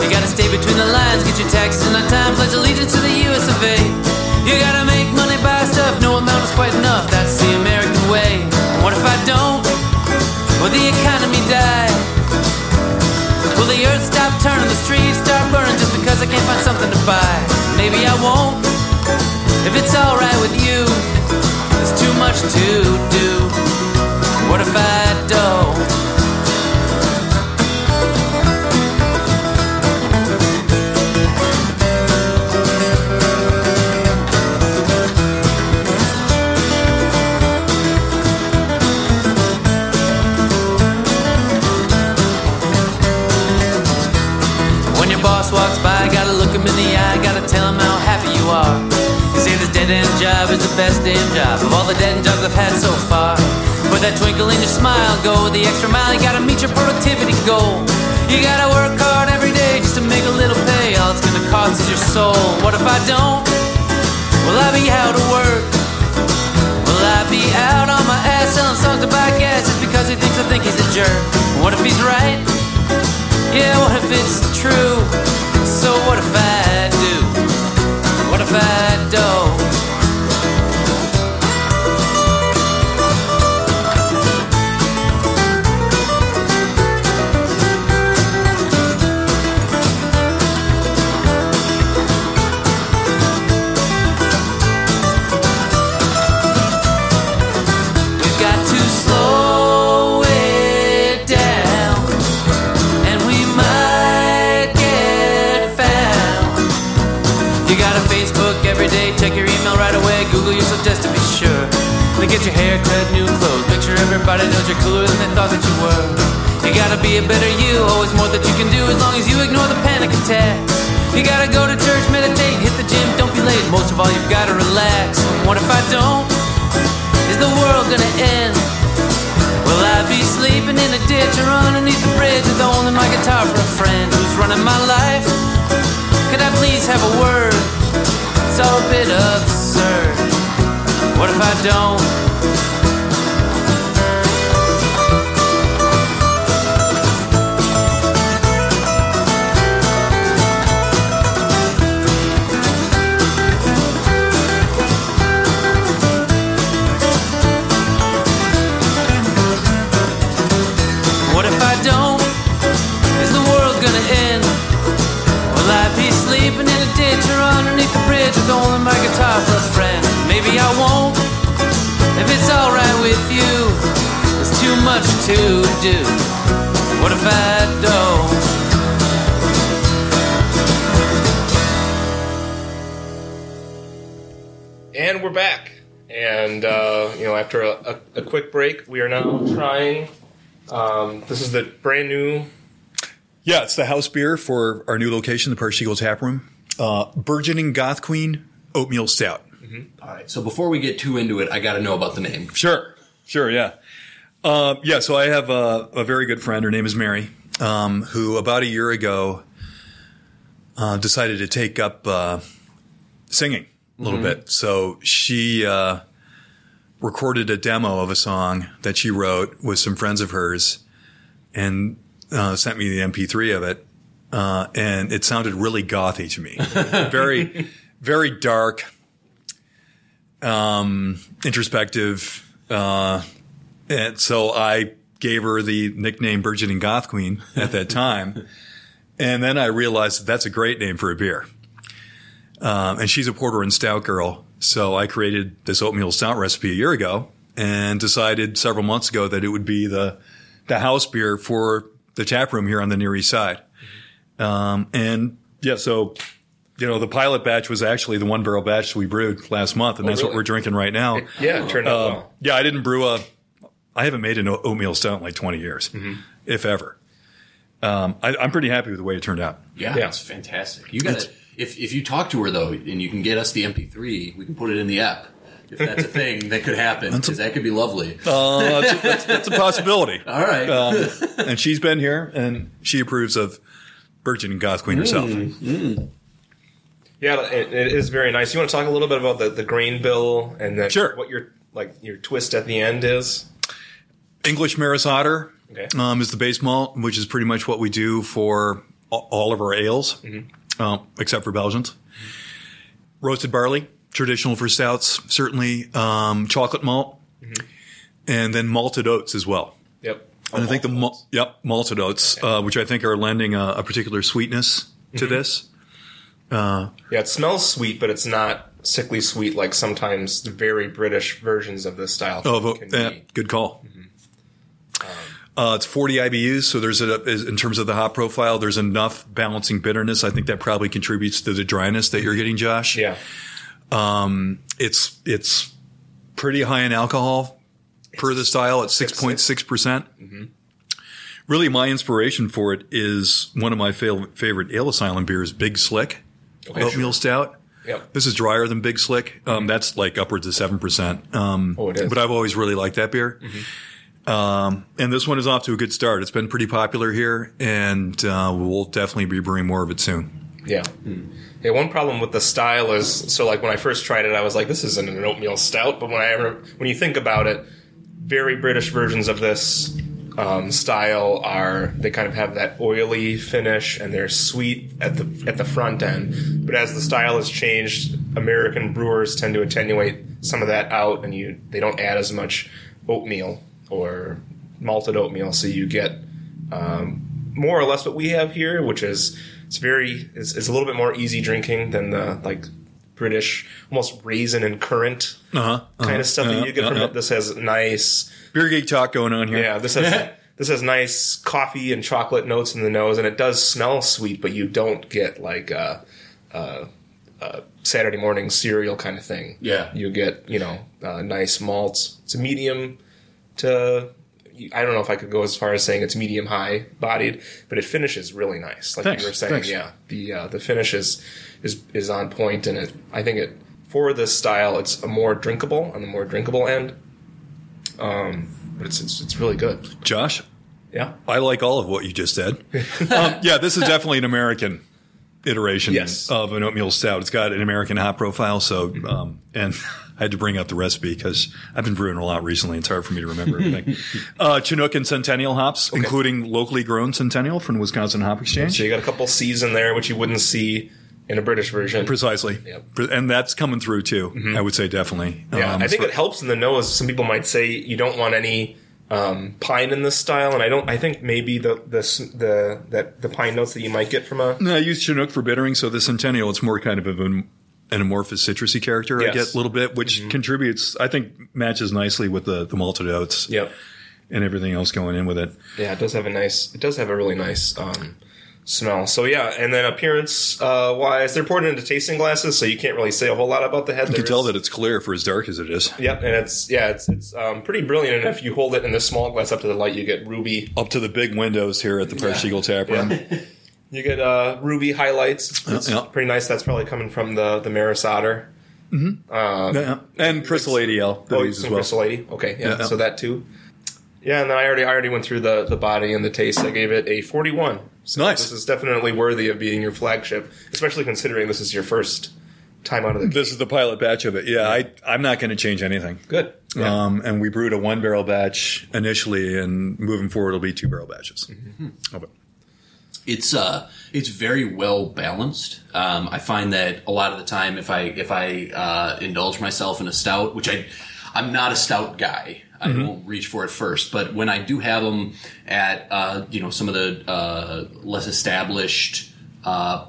S2: You gotta stay between the lines, get your taxes in on time, pledge allegiance to the US of A. You gotta make money, buy stuff, no amount is quite enough, that's the American way. What if I don't? Will the economy die? Will the earth stop turning, the streets start burning just because I can't find something to buy? Maybe I won't, if it's alright with you. There's too much to do. What if I don't? When your boss walks by, gotta look him in the eye, gotta tell him how happy you are. You say this dead end job is the best damn job of all the dead end jobs I've had so far. With that twinkle in your smile, go the extra mile, you gotta meet your productivity goal. You gotta work hard every day just to make a little pay, all it's gonna cost is your soul. What if I don't? Will I be out of work? Will I be out on my ass selling songs to buy gas just because he thinks I think he's a jerk? What if he's right? Yeah, what if it's true? So what if I do? What if I don't? Get your hair cut, new clothes. Make sure everybody knows you're cooler than they thought that you were. You gotta be a better you. Always more that you can do as long as you ignore the panic attacks. You gotta go to church, meditate, hit the gym, don't be late. Most of all, you've gotta relax. What if I don't? Is the world gonna end? Will I be sleeping in a ditch or underneath the bridge with only my guitar for a friend who's running my life? Could I please have a word? It's all a bit absurd. What if I don't? What if I don't? Is the world gonna end? Will I be sleeping in a ditch or underneath the bridge with only my guitar for a friend? Maybe I won't. If it's alright with you, it's too much to do. What if I don't?
S4: And we're back. And, uh, you know, after a, a, a quick break, we are now trying. Um, this is the brand new.
S5: Yeah, it's the house beer for our new location, the Perch Eagle Tap Room. Uh, burgeoning Goth Queen Oatmeal Stout.
S3: All right. So before we get too into it, I got to know about the name.
S5: Sure, sure, yeah. Uh, yeah, so I have a, a very good friend. Her name is Mary, um, who about a year ago uh, decided to take up uh, singing a little bit. So she uh, recorded a demo of a song that she wrote with some friends of hers and uh, sent me the MP3 of it. Uh, and it sounded really gothy to me. very, very dark, um, introspective. Uh, and so I gave her the nickname Burgeoning Goth Queen at that time. and then I realized that that's a great name for a beer. Um, and she's a porter and stout girl. So I created this oatmeal stout recipe a year ago and decided several months ago that it would be the, the house beer for the tap room here on the Near East Side. Um, and yeah, so, you know, the pilot batch was actually the one barrel batch we brewed last month, and that's what
S4: really?
S5: we're drinking right now.
S4: Yeah, it turned out
S5: Um,
S4: well.
S5: yeah, I didn't brew a. I haven't made an o- oatmeal stout in like 20 years, if ever. Um, I, I'm pretty happy with the way it turned out.
S3: Yeah,
S4: Yeah.
S3: it's fantastic. You got to if if you talk to her though, and you can get us the MP3, we can put it in the app. If that's a thing that could happen, because that could be lovely.
S5: Uh, that's, that's- that's a possibility.
S3: All right.
S5: Um, and she's been here, and she approves of Virgin and Goth Queen herself.
S4: Yeah, it, it is very nice. You want to talk a little bit about the, the grain bill and then
S5: Sure.
S4: what your like your twist at the end is?
S5: English Maris Otter
S4: Okay.
S5: um, is the base malt, which is pretty much what we do for a- all of our ales, um, except for Belgians. Roasted barley, traditional for stouts, certainly. Um, chocolate malt, and then malted oats as well.
S4: Yep.
S5: And I think the mal- yep malted oats, uh, which I think are lending a, a particular sweetness to
S4: Mm-hmm.
S5: this.
S4: Yeah, it smells sweet, but it's not sickly sweet like sometimes the very British versions of this style
S5: Oh,
S4: can
S5: yeah,
S4: be. Mm-hmm.
S5: good call. Uh, it's 40 IBUs, so there's a, is- in terms of the hop profile, there's enough balancing bitterness. I think that probably contributes to the dryness that you're getting, Josh.
S4: Yeah.
S5: it's it's pretty high in alcohol per the style at 6.6 percent.
S4: Mm-hmm.
S5: Really, my inspiration for it is one of my fail- favorite ale asylum beers, Big Slick oatmeal stout.
S4: Yep.
S5: This is drier than Big Slick. Um, that's like upwards of seven percent. Um,
S4: Oh, it is.
S5: But I've always really liked that beer. Um, and this one is off to a good start. It's been pretty popular here, and uh, we'll definitely be brewing more of it soon.
S4: Yeah. Yeah, one problem with the style is so like when I first tried it I was like this isn't an oatmeal stout, but when I ever when you think about it, very British versions of this um, style are they kind of have that oily finish and they're sweet at the at the front end. But as the style has changed, American brewers tend to attenuate some of that out and you they don't add as much oatmeal or malted oatmeal so you get um, more or less what we have here, which is it's very it's, it's a little bit more easy drinking than the like British almost raisin and currant
S5: Uh-huh,
S4: kind of stuff that you get from
S5: uh-huh.
S4: it. This has nice
S5: Beer geek talk going on here.
S4: yeah this has this has nice coffee and chocolate notes in the nose, and it does smell sweet, but you don't get like uh, uh, uh, Saturday morning cereal kind of thing.
S3: Yeah.
S4: you get you know uh, nice malts. It's a medium to I don't know if I could go as far as saying it's medium high bodied, but it finishes really nice. Like
S5: Thanks,
S4: you were saying,
S5: thanks.
S4: yeah, the uh, the finish is is is on point, and it I think it for this style it's a more drinkable on the more drinkable end. Um, but it's it's, it's really good.
S5: Josh,
S4: Yeah.
S5: I like all of what you just said. um, yeah, this is definitely an American iteration
S4: Yes.
S5: of an oatmeal stout. It's got an American hop profile. So, um, and I had to bring out the recipe because I've been brewing a lot recently. It's hard for me to remember everything. uh, Chinook and Centennial hops, including locally grown Centennial from the Wisconsin Hop Exchange.
S4: So you got a couple C's in there, which you wouldn't see in a British version.
S5: Precisely.
S4: Yep. Mm-hmm.
S5: Pre- And that's coming through too. I would say definitely.
S4: Yeah,
S5: Um,
S4: I think
S5: for-
S4: it helps in the nose. Some people might say you don't want any um, pine in this style, and I don't. I think maybe the the s- the that the pine notes that you might get from a
S5: No, I use Chinook for bittering, so the Centennial it's more kind of of an, an amorphous citrusy character I
S4: Yes. Mm-hmm.
S5: get a little bit, which contributes, I think, matches nicely with the the malted oats
S4: yeah
S5: and everything else going in with it.
S4: yeah. It does have a nice. It does have a really nice um, smell. So yeah, and then appearance uh, wise, they're poured into tasting glasses, so you can't really say a whole lot about the head.
S5: You can tell that it's clear for as dark as it is.
S4: Yep, and it's yeah, it's it's um, pretty brilliant. And if you hold it in the small glass up to the light, you get ruby
S5: Up to the big windows here at the Parsegel Tap Room.
S4: You get uh, ruby highlights. It's
S5: yeah.
S4: pretty nice. That's probably coming from the the Maris Otter.
S5: Yeah. Uh, And Crystal ADL that I
S4: Oh,
S5: use
S4: it's
S5: as
S4: from
S5: well.
S4: Crystal Lady. Okay, yeah,
S5: Yeah, yeah.
S4: So that too. Yeah, and then I already I already went through the the body and the taste. I gave it a forty one. So
S5: Nice.
S4: This is definitely worthy of being your flagship, especially considering this is your first time out of the
S5: This is the pilot batch of it. Yeah, I, I'm not going to change anything.
S4: good. Yeah.
S5: Um, and we brewed a one barrel batch initially, and moving forward, it'll be two barrel batches.
S4: Mm-hmm.
S5: Oh, but-
S3: it's uh it's very well balanced. Um, I find that a lot of the time, if I if I uh, indulge myself in a stout, which I I'm not a stout guy, I won't reach for it first. But when I do have them at uh, you know some of the uh, less established uh,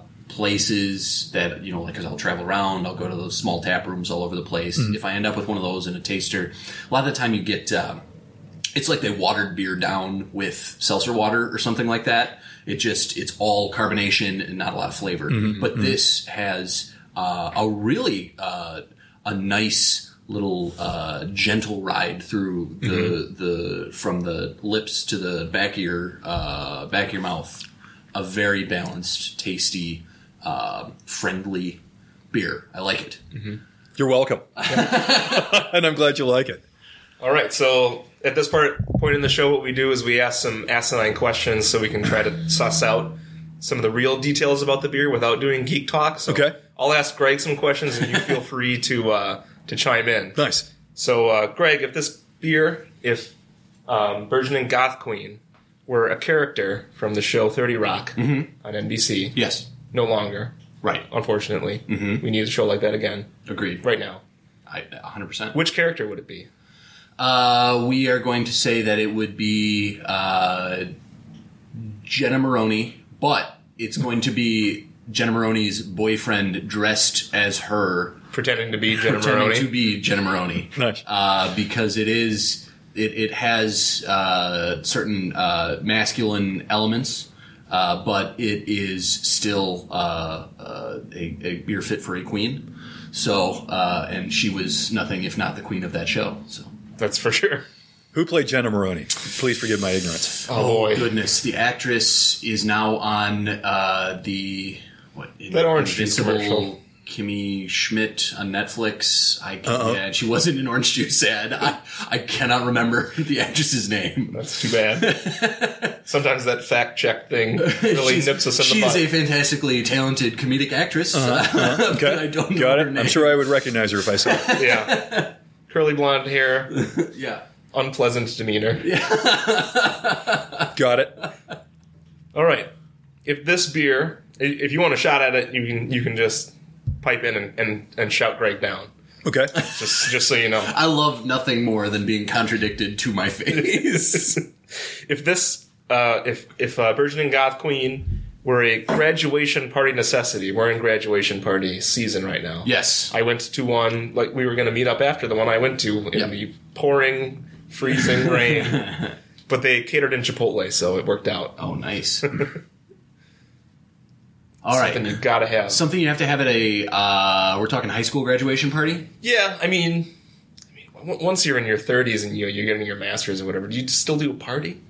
S3: places that you know, like because I'll travel around, I'll go to those small tap rooms all over the place. If I end up with one of those in a taster, a lot of the time you get. Uh, it's like they watered beer down with seltzer water or something like that. It just it's all carbonation and not a lot of flavor. But this has uh, a really uh, a nice little uh, gentle ride through the the from the lips to the back of your uh, back of your mouth. A very balanced, tasty, uh, friendly beer. I like it.
S5: You're welcome. and I'm glad you like it.
S4: All right. So at this part point in the show, what we do is we ask some asinine questions so we can try to suss out some of the real details about the beer without doing geek talk. So
S5: Okay.
S4: I'll ask Greg some questions, and you feel free to uh, to chime in.
S5: Nice.
S4: So, uh, Greg, if this beer, if um, burgeoning goth queen were a character from the show Thirty Rock
S3: Mm-hmm.
S4: on NBC,
S3: Yes.
S4: no longer,
S3: Right.
S4: unfortunately,
S3: Mm-hmm.
S4: we need a show like that again
S3: Agreed.
S4: right now.
S3: I, 100%.
S4: Which character would it be?
S3: Uh, we are going to say that it would be uh, Jenna Maroney, but it's going to be Jenna Maroney's boyfriend dressed as her,
S4: Pretending to be Jenna
S3: pretending
S4: Maroney.
S3: to be Jenna Maroney.
S5: Nice.
S3: Uh, because it is it, it has uh, certain uh, masculine elements, uh, but it is still uh, uh, a, a beer fit for a queen. So, uh, and she was nothing if not the queen of that show. So.
S4: That's for sure.
S5: Who played Jenna Maroney? Please forgive my ignorance.
S4: Oh, boy.
S3: goodness, the actress is now on uh, the what
S4: That Orange Juice commercial.
S3: Kimmy Schmidt on Netflix. I
S5: Uh-oh.
S3: can't, yeah, she wasn't in Orange Juice ad. I, I cannot remember the actress's name.
S4: That's too bad. Sometimes that fact check thing really
S3: She's-
S4: nips us in
S3: she
S4: the
S3: is
S4: butt. Uh-huh.
S3: a fantastically talented comedic actress.
S5: Okay.
S3: I don't know
S5: Got
S3: her
S5: it.
S3: name.
S5: I'm sure I would recognize her if I saw her.
S4: yeah. Curly blonde hair,
S3: Yeah.
S4: unpleasant demeanor.
S5: Got it.
S4: All right. If this beer, i- if you want a shot at it, you can you can just pipe in and, and, and shout Greg down.
S5: Okay.
S4: Just just so you know.
S3: I love nothing more than being contradicted to my face.
S4: if this uh, if if uh, burgeoning goth queen were a graduation party necessity, we're in graduation party season right now.
S3: yes.
S4: I went to one like we were going to meet up after the one I went to in
S3: Yep.
S4: the pouring, freezing rain. But they catered in Chipotle, so it worked out.
S3: Oh, nice. All right.
S4: something you gotta have.
S3: Something you have to have at a uh, we're talking high school graduation party.
S4: yeah, I mean, I mean, w- once you're in your 30s and you you're getting your masters or whatever, do you still do a party?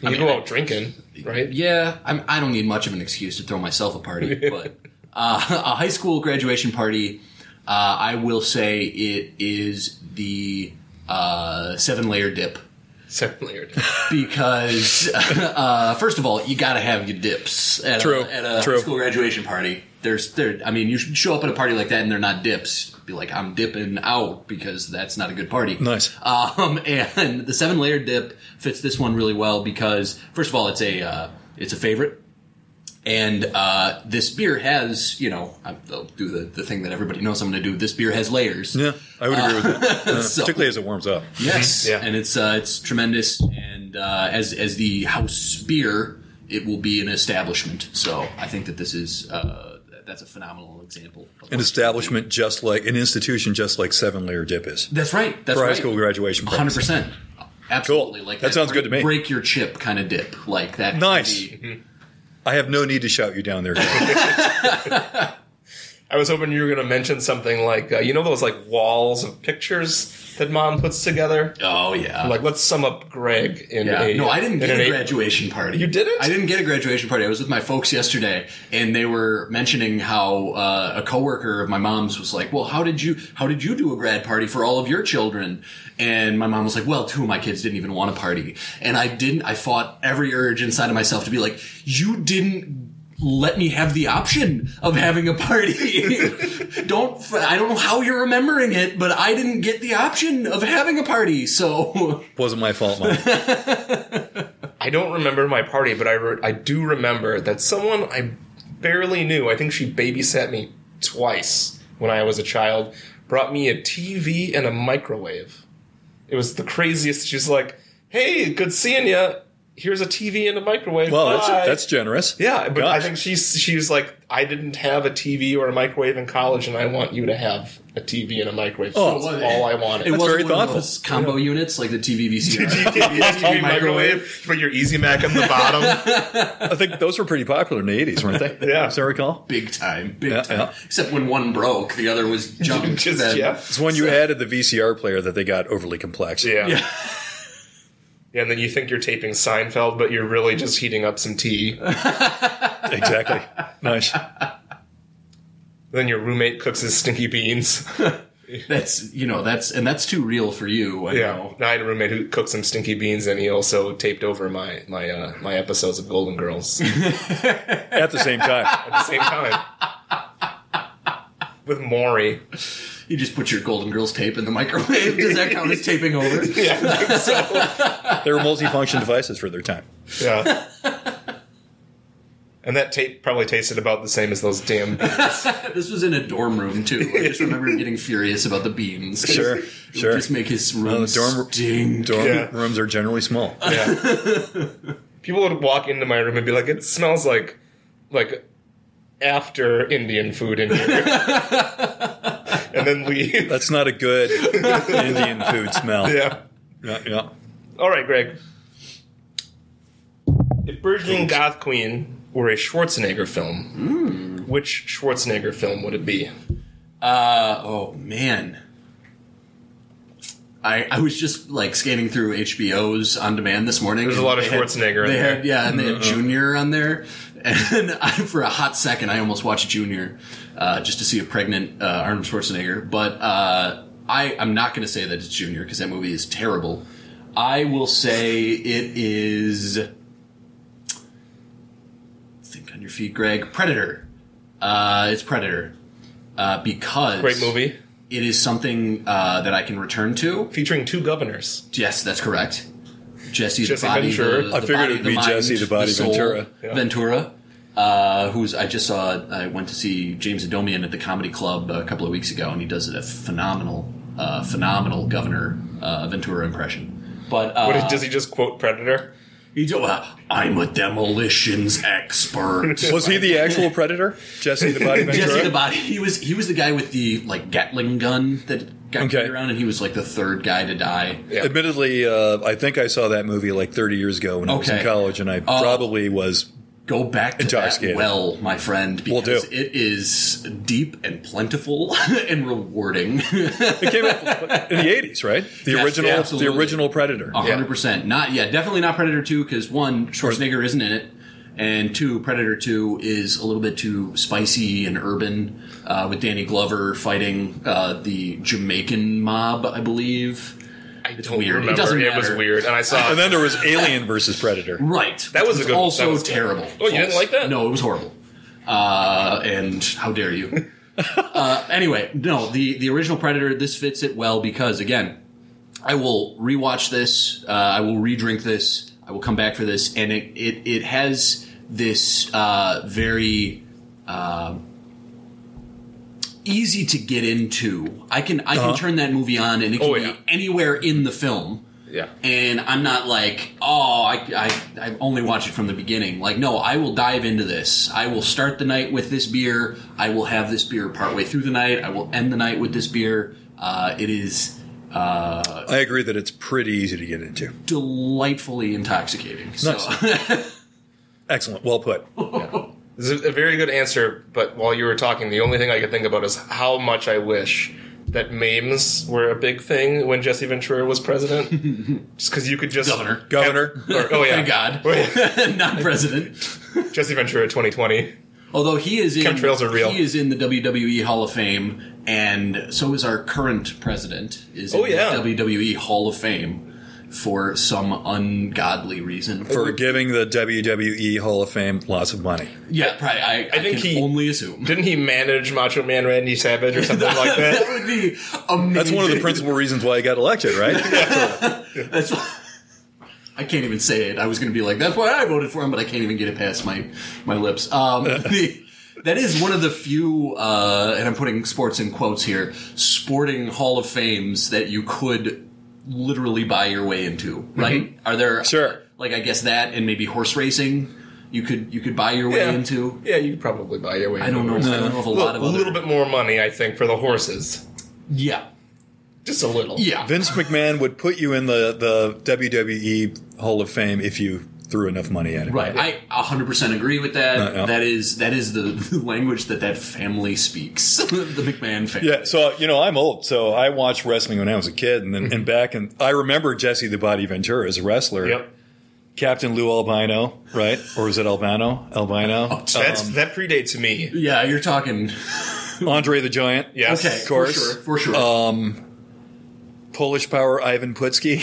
S4: You
S3: mean,
S4: go
S3: I-
S4: out drinking, right?
S3: Yeah, I'm, I don't need much of an excuse to throw myself a party, but uh, a high school graduation party, uh, I will say it is the uh, seven layer dip
S4: Seven layered.
S3: because uh, first of all, you got to have your dips at
S4: True,
S3: a, at a
S4: true.
S3: school graduation party. There's there. I mean, you should show up at a party like that and they're not dips. Be like, I'm dipping out because that's not a good party.
S5: Nice.
S3: Um, and the seven layer dip fits this one really well because first of all, it's a uh, it's a favorite. And uh, this beer has, you know, I- I'll do the, the thing that everybody knows I'm going to do. This beer has layers.
S5: Yeah, I would agree with that. Uh,
S3: So-
S5: particularly as it warms up.
S3: Yes,
S4: Yeah.
S3: and it's uh, it's tremendous. And uh, as as the house beer, it will be an establishment. So I think that this is uh, that's a phenomenal example. of-
S5: An establishment just like an institution, just like Seven Layer Dip is
S3: That's right. That's
S5: for high
S3: right.
S5: school graduation.
S3: One hundred
S5: parties.
S3: percent. Absolutely.
S5: Cool.
S3: Like
S5: That sounds good to me.
S3: Break your chip kind of dip, like that. can
S5: Nice.
S3: be-
S5: I have no need to shout you down there.
S4: I was hoping you were going to mention something like uh, you know those like walls of pictures that mom puts together.
S3: Oh yeah.
S4: Like let's sum up Greg in
S3: Yeah.
S4: a
S3: no, I didn't
S4: in
S3: get
S4: an
S3: a
S4: eight-
S3: graduation party.
S4: You didn't?
S3: I didn't get a graduation party. I was with my folks yesterday, and they were mentioning how uh, a coworker of my mom's was like, "Well, how did you how did you do a grad party for all of your children?" And my mom was like, "Well, two of my kids didn't even want a party," and I didn't. I fought every urge inside of myself to be like, "You didn't." Let me have the option of having a party. don't I don't know how you're remembering it, but I didn't get the option of having a party. So
S5: Wasn't my fault, Mom.
S4: I don't remember my party, but I re- I do remember that someone I barely knew. I think she babysat me twice when I was a child. Brought me a TV and a microwave. It was the craziest. She's like, "Hey, good seeing you. Here's a TV and a microwave."
S5: Well, that's,
S4: Bye."
S5: that's generous.
S4: Yeah, but I
S5: Gosh.
S4: think she's she's like, I didn't have a TV or a microwave in college, and I want you to have a TV and a microwave.
S5: Oh,
S4: So that's all I wanted.
S5: That's
S3: wasn't
S5: very
S3: one of
S5: thoughtful.
S3: those combo units like the TV VCR.
S4: TV
S3: microwave.
S4: Put your Easy Mac on the bottom.
S5: I think those were pretty popular in the 80s, weren't they?
S4: Yeah.
S5: As I recall.
S3: big time, big
S5: Yeah,
S3: time.
S5: yeah.
S3: Except when one broke, the other was jumped.
S4: Just
S3: Then-
S4: yeah,
S5: It's when you added the VCR player that they got overly complex.
S4: yeah,
S3: Yeah.
S4: And then you think you're taping Seinfeld, but you're really just heating up some tea.
S5: Exactly. nice.
S4: then your roommate cooks his stinky beans.
S3: That's you know that's and that's too real for you. I
S4: yeah,
S3: know.
S4: I had a roommate who cooked some stinky beans, and he also taped over my my uh, my episodes of Golden Girls at
S5: At the same time.
S4: the same time with Maury.
S3: You just put your Golden Girls tape in the microwave. Does that count as taping over?
S4: Yeah,
S5: They were multifunction devices for their time.
S4: Yeah. and that tape probably tasted about the same as those damn.
S3: This was in a dorm room too. I just remember him getting furious about the beans.
S5: Sure,
S3: It would
S5: sure. Oh,
S3: Just make his room
S5: the dorm-
S3: stink.
S5: Dorm
S4: Yeah.
S5: rooms are generally small.
S4: Yeah. People would walk into my room and be like, "It smells like, like, after Indian food in here," and then leave.
S5: That's not a good Indian food smell.
S4: Yeah.
S5: Yeah, yeah.
S4: All right, Greg. If Burgeoning Goth Queen were a Schwarzenegger film, which Schwarzenegger film would it be?
S3: Uh, oh man. I, I was just like scanning through HBO's on demand this morning.
S4: There's a
S3: and
S4: lot of
S3: they had-
S4: Schwarzenegger in
S3: They
S4: there. Mm-hmm.
S3: had yeah, and they had Junior on there, and I, for a hot second, I almost watched Junior uh, just to see a pregnant uh, Arnold Schwarzenegger. But uh, I I'm not going to say that it's Junior because that movie is terrible. I will say it is. Think on your feet, Greg. Predator. Uh, it's Predator uh, because
S4: Great movie
S3: it is something uh, that I can return to.
S4: featuring two governors.
S3: Yes, that's correct. Jesse,
S4: Jesse
S3: the body,
S4: Ventura.
S3: the-
S5: I
S3: the
S5: figured
S3: body,
S5: it'd
S3: the
S5: be
S3: mind,
S5: Jesse, the body,
S3: soul,
S5: Ventura.
S4: Yeah.
S3: Ventura, uh, who's I just saw. I went to see James Adomian at the Comedy Club a couple of weeks ago, and he does a phenomenal, uh, phenomenal Governor uh, Ventura impression. But uh,
S4: What, does he just quote Predator?
S3: he do- uh, I'm a demolitions expert.
S5: Was he the actual predator? Jesse the Body Ventura?
S3: Jesse the body. He was he was the guy with the like Gatling gun that got
S5: Okay.
S3: carried around, and he was like the third guy to die.
S4: Yeah.
S5: Admittedly, uh, I think I saw that movie like 30 years ago when I was in
S3: Okay.
S5: college, and I
S3: Oh.
S5: probably was
S3: Go back to that
S5: Intoxicated.
S3: well, my friend,
S5: Will do.
S3: because it is deep and plentiful and rewarding.
S5: It came out in the '80s, right? The
S3: Yes,
S5: original,
S3: yeah,
S5: the
S3: absolutely. Oh.
S5: original Predator.
S3: A hundred percent. Not yeah, definitely not Predator Two because one, Schwarzenegger isn't in it, and two, Predator Two is a little bit too spicy and urban uh, with Danny Glover fighting uh, the Jamaican mob, I believe.
S4: I
S3: It's
S4: don't
S3: weird. It
S4: remember.
S3: doesn't
S4: was
S3: matter.
S4: weird, and I saw.
S5: And then there was Alien versus Predator.
S3: Right.
S4: That was
S3: which
S4: a good-
S3: also
S4: that was good.
S3: terrible.
S4: Oh, you didn't like that?
S3: No, it was horrible. Uh, and how dare you? uh, anyway, no, the the original Predator. This fits it well because again, I will rewatch this. Uh, I will re-drink this. I will come back for this, and it it, it has this uh, very. Uh, Easy to get into. I can I can turn that movie on and it can
S4: Uh-huh. Oh,
S3: be
S4: yeah.
S3: anywhere in the film
S4: yeah.
S3: and I'm not like, oh, I, I, I only watch it from the beginning. Like, no, I will dive into this. I will start the night with this beer. I will have this beer partway through the night. I will end the night with this beer. Uh, it is uh,
S5: I agree that it's pretty easy to get into.
S3: delightfully intoxicating. So,
S5: Nice. Excellent. Well put.
S4: This is a very good answer, but while you were talking, the only thing I could think about is how much I wish that memes were a big thing when Jesse Ventura was president. just because you could just
S3: Governor.
S5: Governor.
S4: Or- oh yeah,
S3: thank God, not president.
S4: Jesse Ventura 2020.
S3: Although he is in,
S4: Chemtrails are real.
S3: He is in the WWE Hall of Fame, and so is our current president. Is
S4: Oh,
S3: in
S4: yeah.
S3: the WWE Hall of Fame for some ungodly reason.
S5: For giving the WWE Hall of Fame lots of money.
S3: Yeah, probably. I, I,
S4: think
S3: can
S4: he-
S3: only assume.
S4: Didn't he manage Macho Man Randy Savage or something
S3: that
S4: like that?
S3: would be amazing.
S5: That's one of the principal reasons why he got elected, right?
S3: That's why- I can't even say it. I was going to be like, that's why I voted for him, but I can't even get it past my my lips. Um, the, that is one of the few, uh, and I'm putting sports in quotes here, sporting Hall of Fames that you could literally buy your way into. Right? Are there
S5: Sure.
S3: Like I guess that and maybe horse racing, you could you could buy your way
S4: Yeah.
S3: into.
S4: yeah, you could probably buy your way.
S3: I don't know. I don't know of a
S4: A
S3: lot of
S4: a
S3: other.
S4: little bit more money, I think, for the horses.
S3: Yeah.
S4: Just a little.
S3: Yeah.
S5: Vince McMahon would put you in the, the WWE Hall of Fame if you threw enough money at it.
S3: Right, I 100% agree with that.
S5: No, no.
S3: That is that is the, the language that that family speaks. the McMahon family.
S5: Yeah, so you know I'm old, so I watched wrestling when I was a kid, and
S3: Mm-hmm.
S5: then and back, and I remember Jesse the Body Ventura as a wrestler,
S4: Yep.
S5: Captain Lou Albino, right? Or is it Albano?
S3: Oh,
S5: Albino,
S3: Um,
S4: That's that predates me.
S3: Yeah, you're talking.
S5: Andre the Giant,
S4: Yes.
S3: Okay,
S5: of course, Uh,
S3: for sure, for sure.
S5: Polish Power Ivan Putski,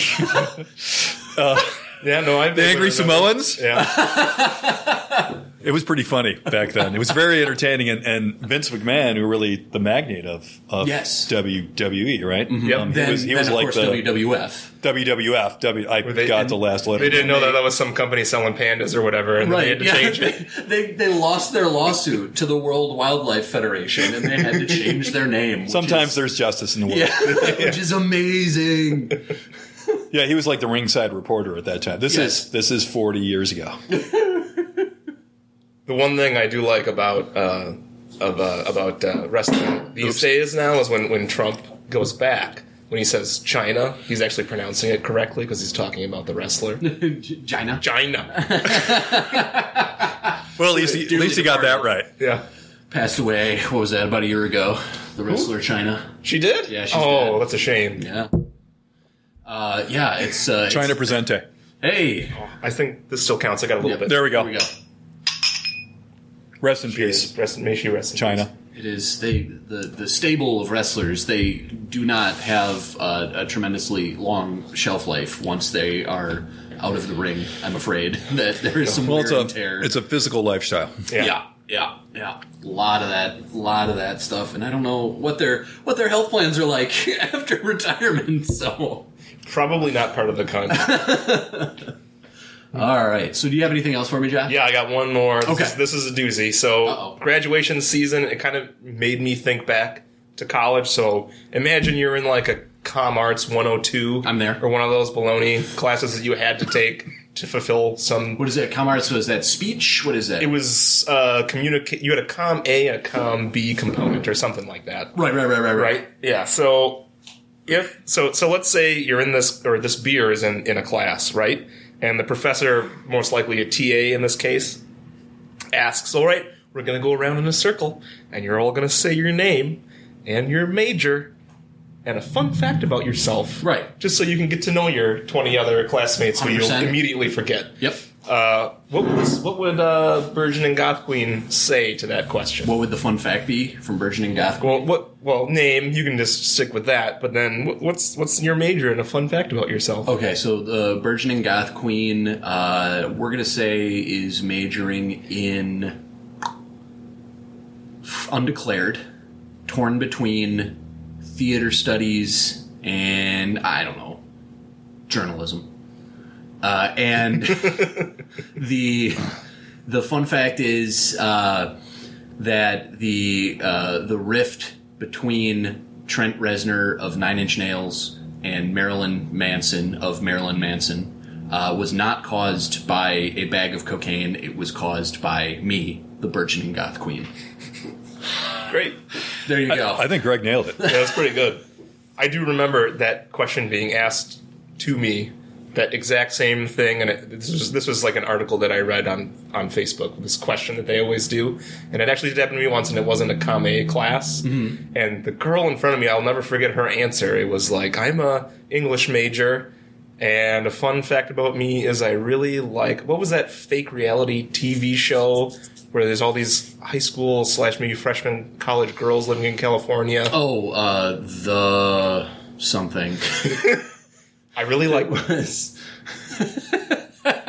S4: Yeah. No, I'm
S5: the Angry Samoans.
S4: Yeah.
S5: It was pretty funny back then. It was very entertaining, and, and Vince McMahon, who really the magnate of, of
S3: Yes. Mm-hmm.
S5: WWE, right?
S4: Yep.
S5: Um, he
S3: then,
S5: was he
S3: then,
S5: was
S3: of
S5: like
S3: course, E
S5: the
S3: WWF.
S5: WWF. W, I
S4: they-
S5: got
S4: and
S5: the last letter.
S4: They didn't know that that was some company selling pandas or whatever, and they had
S3: Right.
S4: to
S3: Yeah,
S4: change it.
S3: they, they they lost their lawsuit to the World Wildlife Federation, and they had to change their name. which
S5: Sometimes
S3: is-
S5: there's justice in the world.
S3: Yeah, which is amazing.
S5: Yeah, he was like the ringside reporter at that time. This
S3: Yes.
S5: is this is 40 years ago.
S4: The one thing I do like about uh, of, uh, about uh, wrestling these days now is when, when Trump goes back when he says China, he's actually pronouncing it correctly because he's talking about the wrestler
S3: China.
S4: China.
S5: Well, at least he, at least he got that right.
S4: yeah,
S3: Passed away, what was that, about a year ago? The wrestler China.
S4: she did.
S3: Yeah, she's
S4: oh,
S3: dead.
S4: that's a shame.
S3: Yeah. Uh, yeah, it's. Uh, it's-
S5: China Presente.
S3: Hey,
S4: I think this still counts. I got a little
S3: Yeah.
S4: bit.
S5: There we go.
S3: There we go.
S5: Rest in peace,
S4: Yes, Rest in may she rest in
S5: China.
S3: It is they the the stable of wrestlers. They do not have uh, a tremendously long shelf life once they are out of the ring. I'm afraid that there is some
S5: Well,
S3: wear
S5: it's
S3: and
S5: a
S3: tear.
S5: it's a physical lifestyle.
S4: peace.
S3: yeah. yeah. Yeah, a lot of that, a lot of that stuff, and I don't know what their what their health plans are like after retirement. So,
S4: probably not part of the country.
S3: all right. So, do you have anything else for me, Josh?
S4: yeah, I got one more. This
S3: Okay.
S4: is, this is a doozy. So
S3: Uh-oh.
S4: graduation season, it kind of made me think back to college. So imagine you're in like a Com Arts 102.
S3: I'm there.
S4: Or one of those baloney classes that you had to take to fulfill some.
S3: What is that? Comrades, so is that speech? What is that?
S4: It was uh, communicate. You had a Com A, and a Com B component, or something like that.
S3: right, right, right, right, right.
S4: right? Yeah. So if so, so let's say you're in this or this beer is in in a class, right? And the professor, most likely a TA in this case, asks, "All right, we're going to go around in a circle, and you're all going to say your name and your major." And a fun fact about yourself,
S3: Right.
S4: Just so you can get to know your twenty other classmates who you'll
S3: 100%.
S4: immediately forget.
S3: Yep.
S4: Uh, what was what would uh, Virgin and Goth Queen say to that question?
S3: What would the fun fact be from Burgeoning Goth?
S4: Well, what? Well, name you can just stick with that. But then, wh- what's what's your major and a fun fact about yourself?
S3: Okay, so the burgeoning goth queen, uh, we're gonna say, is majoring in undeclared, torn between theater studies and I don't know journalism. Uh, and the the fun fact is uh, that the uh, the rift between Trent Reznor of Nine Inch Nails and Marilyn Manson of Marilyn Manson uh, was not caused by a bag of cocaine. It was caused by me, the burgeoning goth queen.
S4: Great,
S3: There you go.
S7: I think Greg nailed it.
S4: yeah, that's pretty good. I do remember that question being asked to me, that exact same thing, and it, this was this was like an article that I read on on Facebook. This question that they always do, and it actually did happen to me once, and it wasn't a commie class. And the girl in front of me, I'll never forget her answer. It was like, "I'm a English major." And a fun fact about me is I really like what was that fake reality TV show where there's all these high school slash maybe freshman college girls living in California.
S3: oh, uh, the something.
S4: I really like.
S3: That's
S4: I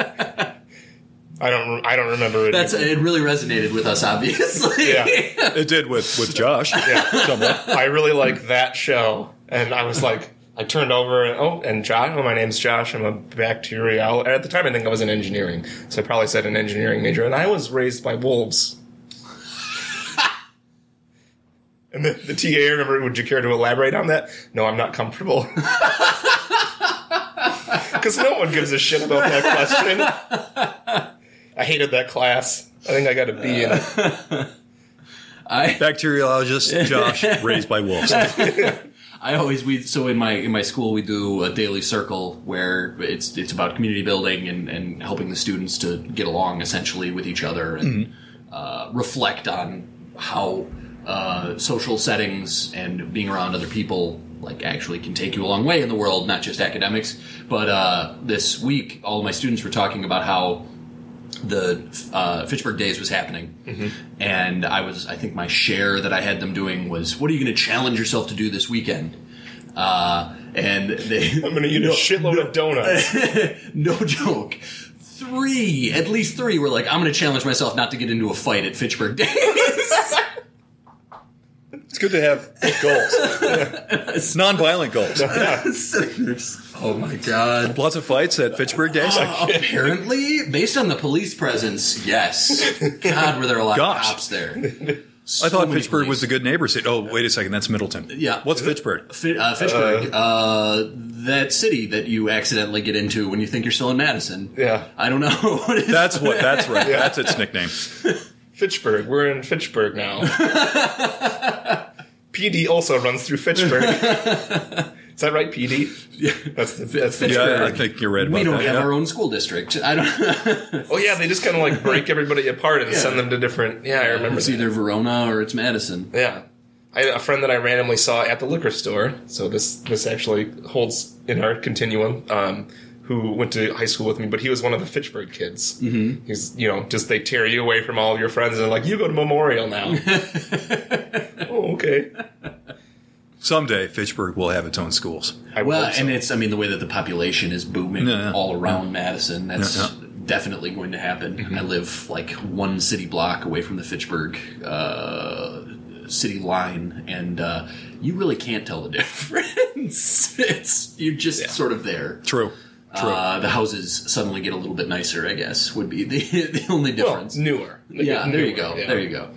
S4: don't. re- I don't remember it.
S3: it. Really resonated with us, obviously.
S4: Yeah.
S7: It did with with Josh. Somewhat.
S4: I really like that show, and I was like, I turned over and oh, and Josh. Oh, my name's Josh. I'm a bacteriologist. At the time, I think I was in engineering, so I probably said an engineering major. And I was raised by wolves. and the, the TA, remember, would you care to elaborate on that? No, I'm not comfortable. Because no one gives a shit about that question. I hated that class. I think I got a B in it.
S3: I
S7: Bacteriologist Josh raised by wolves.
S3: I always we so in my in my school we do a daily circle where it's it's about community building and, and helping the students to get along essentially with each other and uh, reflect on how uh, social settings and being around other people like actually can take you a long way in the world, not just academics. But uh, this week, all my students were talking about how the uh, Fitchburg Days was happening,
S4: Mm-hmm.
S3: and I was I think my share that I had them doing was what are you going to challenge yourself to do this weekend? Uh, and they
S4: I'm gonna eat a shitload of donuts.
S3: no joke. Three, at least three, were like, I'm going to challenge myself not to get into a fight at Fitchburg Days.
S7: It's good to have big goals. It's non-violent goals.
S3: Sitting there just, oh my god.
S7: Lots of fights at Fitchburg Days.
S5: Oh.
S3: Apparently, based on the police presence, yes. God, were there a lot
S7: Gosh.
S3: of cops there.
S7: I
S3: So
S7: thought
S3: many
S7: Fitchburg was
S3: police.
S7: a good neighbor city. Oh, wait a second, that's Middleton.
S3: Yeah.
S7: What's Fitchburg?
S3: Fit, uh, Fitchburg, uh, that city that you accidentally get into when you think you're still in Madison.
S4: Yeah.
S3: I don't know what it is.
S7: That's what. That's right. That's its nickname.
S4: Fitchburg. We're in Fitchburg now. PD also runs through Fitchburg. Is that right, PD? Yeah, that's, that's
S7: Yeah, I
S4: Fitchburg.
S7: think you're right about
S3: we don't
S7: that.
S3: have
S7: yeah.
S3: our own school district. I don't.
S4: Oh yeah, they just kind of like break everybody apart and send them to different. Yeah, I remember.
S3: it's
S4: that.
S3: either Verona or it's Madison.
S4: Yeah, I had a friend that I randomly saw at the liquor store. So this this actually holds in our continuum. Um, who went to high school with me, but he was one of the Fitchburg kids. Mm-hmm. He's you know just they tear you away from all of your friends and they're like you go to Memorial now. oh okay.
S7: Someday Fitchburg will have its own schools.
S4: I
S3: Well,
S4: hope so.
S3: and it's I mean the way that the population is booming
S7: Yeah, yeah.
S3: all around Madison, that's
S7: Yeah,
S3: definitely going to happen. I live like one city block away from the Fitchburg uh, city line, and uh, you really can't tell the difference. it's you're just sort of there.
S7: True. True.
S3: Uh, the houses suddenly get a little bit nicer, I guess, would be the, the only difference.
S4: Well, newer.
S3: yeah, there you
S4: Newer,
S3: go.
S4: yeah.
S3: There you go.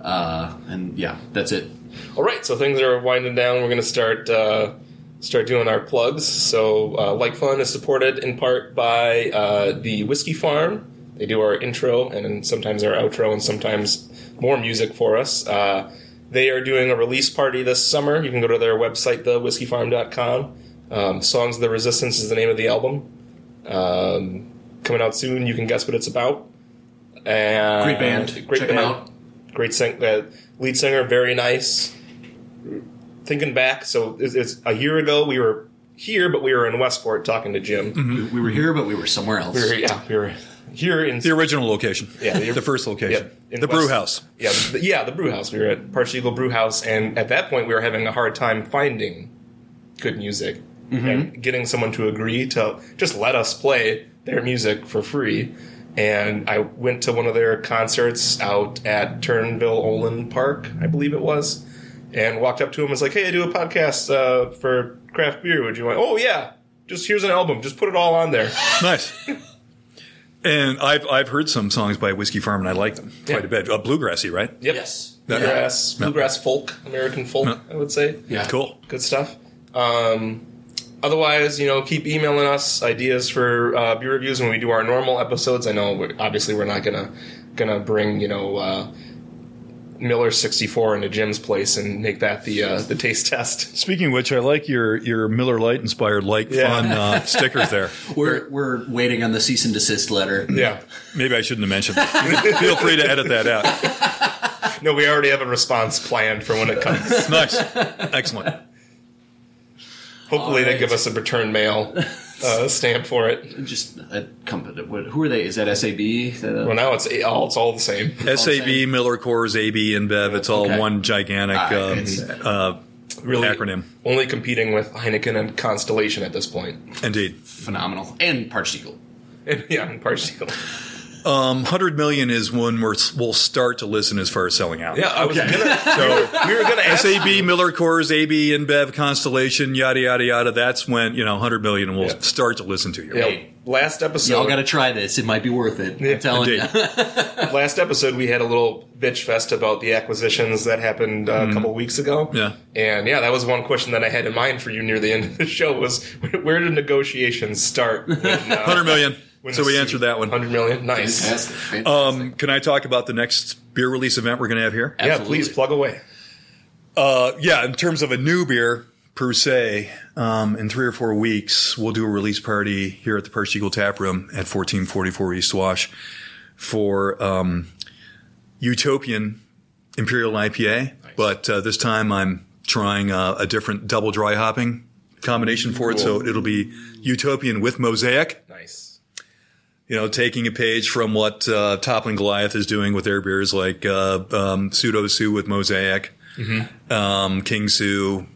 S3: Uh, and yeah, that's it.
S4: All right, so things are winding down. We're going to start uh, start doing our plugs. So, uh, Like Fun is supported in part by uh, the Whiskey Farm. They do our intro and then sometimes our outro, and sometimes more music for us. Uh, they are doing a release party this summer. You can go to their website, thewhiskeyfarm.com. Um, Songs of the Resistance is the name of the album. Um, coming out soon. You can guess what it's about. And
S3: Great band.
S4: Great
S3: Check 'em
S4: band.
S3: out.
S4: Great sing- uh, lead singer, very nice. Thinking back, so it's, it's a year ago we were here, but we were in Westport talking to Jim.
S3: We, we were here, but we were somewhere else.
S4: We were, yeah, we were here in
S5: The original location.
S4: Yeah,
S5: the,
S4: the-
S5: first location.
S4: yeah, in
S5: the brew
S4: West-
S5: house.
S4: Yeah, the, yeah, the brew house. We were at Parch Eagle Brew House, and at that point, we were having a hard time finding good music
S3: Mm-hmm.
S4: and getting someone to agree to just let us play their music for free. And I went to one of their concerts out at Turnville Olin Park, I believe it was, and walked up to him and was like, "Hey, I do a podcast uh, for craft beer. Would you want?" Oh yeah, just here's an album. Just put it all on there.
S5: Nice. And I've I've heard some songs by Whiskey Farm and I like them quite a bit. Uh, bluegrassy, right?
S4: Yep.
S3: Yes.
S4: Bluegrass, bluegrass folk, American folk, I would say.
S3: Yeah.
S5: Cool.
S4: good stuff. Um, otherwise, you know, keep emailing us ideas for uh, beer reviews when we do our normal episodes. I know, we're, obviously, we're not gonna gonna bring you know uh, Miller sixty four into Jim's place and make that the uh, the taste test.
S5: Speaking of which, I like your your Miller Lite inspired like
S4: Yeah.
S5: fun uh, stickers there.
S3: We're we're waiting on the cease and desist letter.
S4: Yeah,
S5: Maybe I shouldn't have mentioned. that. Feel free to edit that out.
S4: no, we already have a response planned for when it comes.
S5: Nice, excellent.
S4: Hopefully,
S3: All
S4: they
S3: right.
S4: give us a return mail uh, stamp for it.
S3: Just a company. What, who are they? Is that SAB? Is that a-
S4: Well, now it's all it's all the same.
S5: Sab
S3: same.
S5: Miller Coors AB and Bev. It's all
S3: Okay.
S5: one gigantic
S3: Ah,
S5: um,
S3: it's-
S5: uh, acronym.
S4: Only competing with Heineken and Constellation at this point.
S5: Indeed,
S3: phenomenal and Parched Eagle.
S4: yeah, and Parched Eagle.
S5: um, hundred million is when we're, we'll start to listen as far as selling out.
S4: Yeah, I was gonna.
S5: So
S4: We were gonna ask
S5: Sab Miller Coors AB and Bev Constellation yada yada yada. That's when you know hundred million and we'll
S4: Yeah.
S5: start to listen to you.
S4: Yeah,
S3: Hey.
S4: last episode,
S3: Y'all got to try this. It might be worth it.
S4: Yeah,
S3: I'm telling
S5: indeed.
S3: you.
S4: last episode we had a little bitch fest about the acquisitions that happened uh, a couple weeks ago.
S5: Mm-hmm. Yeah.
S4: and yeah, that was one question that I had in mind for you near the end of the show was where, where do negotiations start? When, uh,
S5: Hundred million.
S4: when
S5: So
S4: the
S5: we
S4: seed-
S5: answered that one.
S4: 100 million. Nice.
S3: Fantastic. Fantastic.
S5: Um, can I talk about the next beer release event we're going to have here?
S4: Yeah,
S3: Absolutely.
S4: please plug away.
S5: Uh, yeah, in terms of a new beer per se, um, in three or four weeks, we'll do a release party here at the Perch Eagle Tap Room at 1444 East Wash for um, Utopian Imperial IPA. But uh, this time I'm trying uh, a different double dry hopping combination for it. So it'll be Utopian with Mosaic
S4: Nice.
S5: you know, taking a page from what uh, Toppling Goliath is doing with their beers, like uh, um, Pseudo Sue with Mosaic, um, King Sue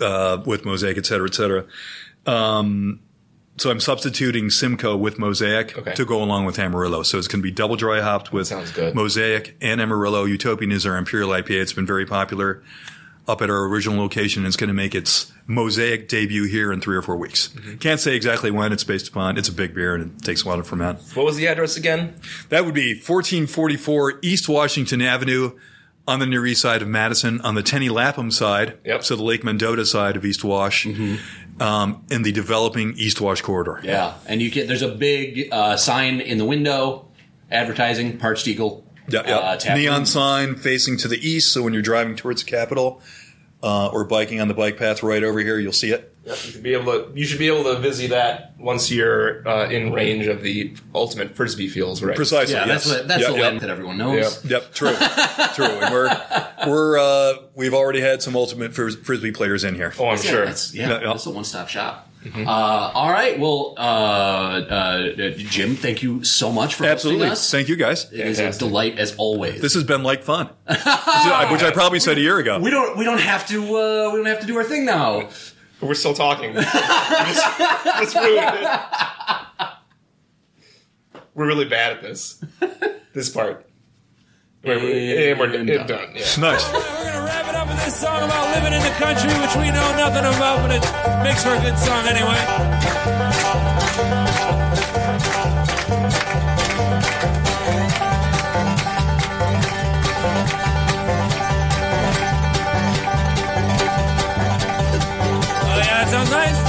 S5: uh, with Mosaic, et cetera, et cetera. Um, so I'm substituting Simcoe with Mosaic
S4: Okay.
S5: to go along with Amarillo. So it's going to be double dry hopped with
S4: Sounds good.
S5: Mosaic and Amarillo. Utopian is our Imperial IPA. It's been very popular up at our original location. It's going to make its Mosaic debut here in three or four weeks.
S4: Mm-hmm.
S5: Can't say exactly when. It's based upon. It's a big beer and it takes a while to ferment.
S4: What was the address again?
S5: That would be 1444 East Washington Avenue on the near east side of Madison, on the Tenney Lapham side,
S4: Yep. Mm-hmm.
S5: so the Lake Mendota side of East Wash, um, in the developing East Wash corridor.
S3: Yeah, and you can. There's a big uh, sign in the window advertising Parched Eagle.
S5: Yeah, yeah.
S3: uh, tap
S5: Neon
S3: room.
S5: sign facing to the east, so when you're driving towards the Capitol uh, or biking on the bike path right over here, you'll see it.
S4: Yeah, you should be able to. You should be able to visit that once you're uh, in range of the ultimate frisbee fields, right?
S5: Precisely.
S3: Yeah, that's
S5: yes.
S3: what, that's
S5: Yep,
S3: the
S5: yep.
S3: land that everyone knows.
S5: Yep, true, true. And we're we're uh, we've already had some ultimate fris- frisbee players in here.
S4: Oh, I'm
S3: Yeah,
S4: sure.
S3: That's, yeah,
S5: Yeah, Mm-hmm. yeah.
S3: that's a one stop shop. Uh, all right. Well, uh, uh, Jim, thank you so much for
S5: Absolutely.
S3: hosting us.
S5: Thank you, guys.
S3: it is a
S4: Fantastic.
S3: delight as always.
S5: This has been like fun, which I probably said a year ago.
S3: we don't we don't have to uh, we don't have to do our thing now.
S4: We're still talking. We just, just ruined it. We're really bad at this. This part. We're, and we're
S3: And
S4: done.
S3: done.
S4: yeah.
S5: nice.
S8: We're gonna wrap it up with this song about living in the country, which we know nothing about, but it makes for a good song anyway. Oh yeah, that sounds nice.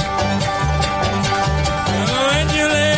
S8: Oh, and you live.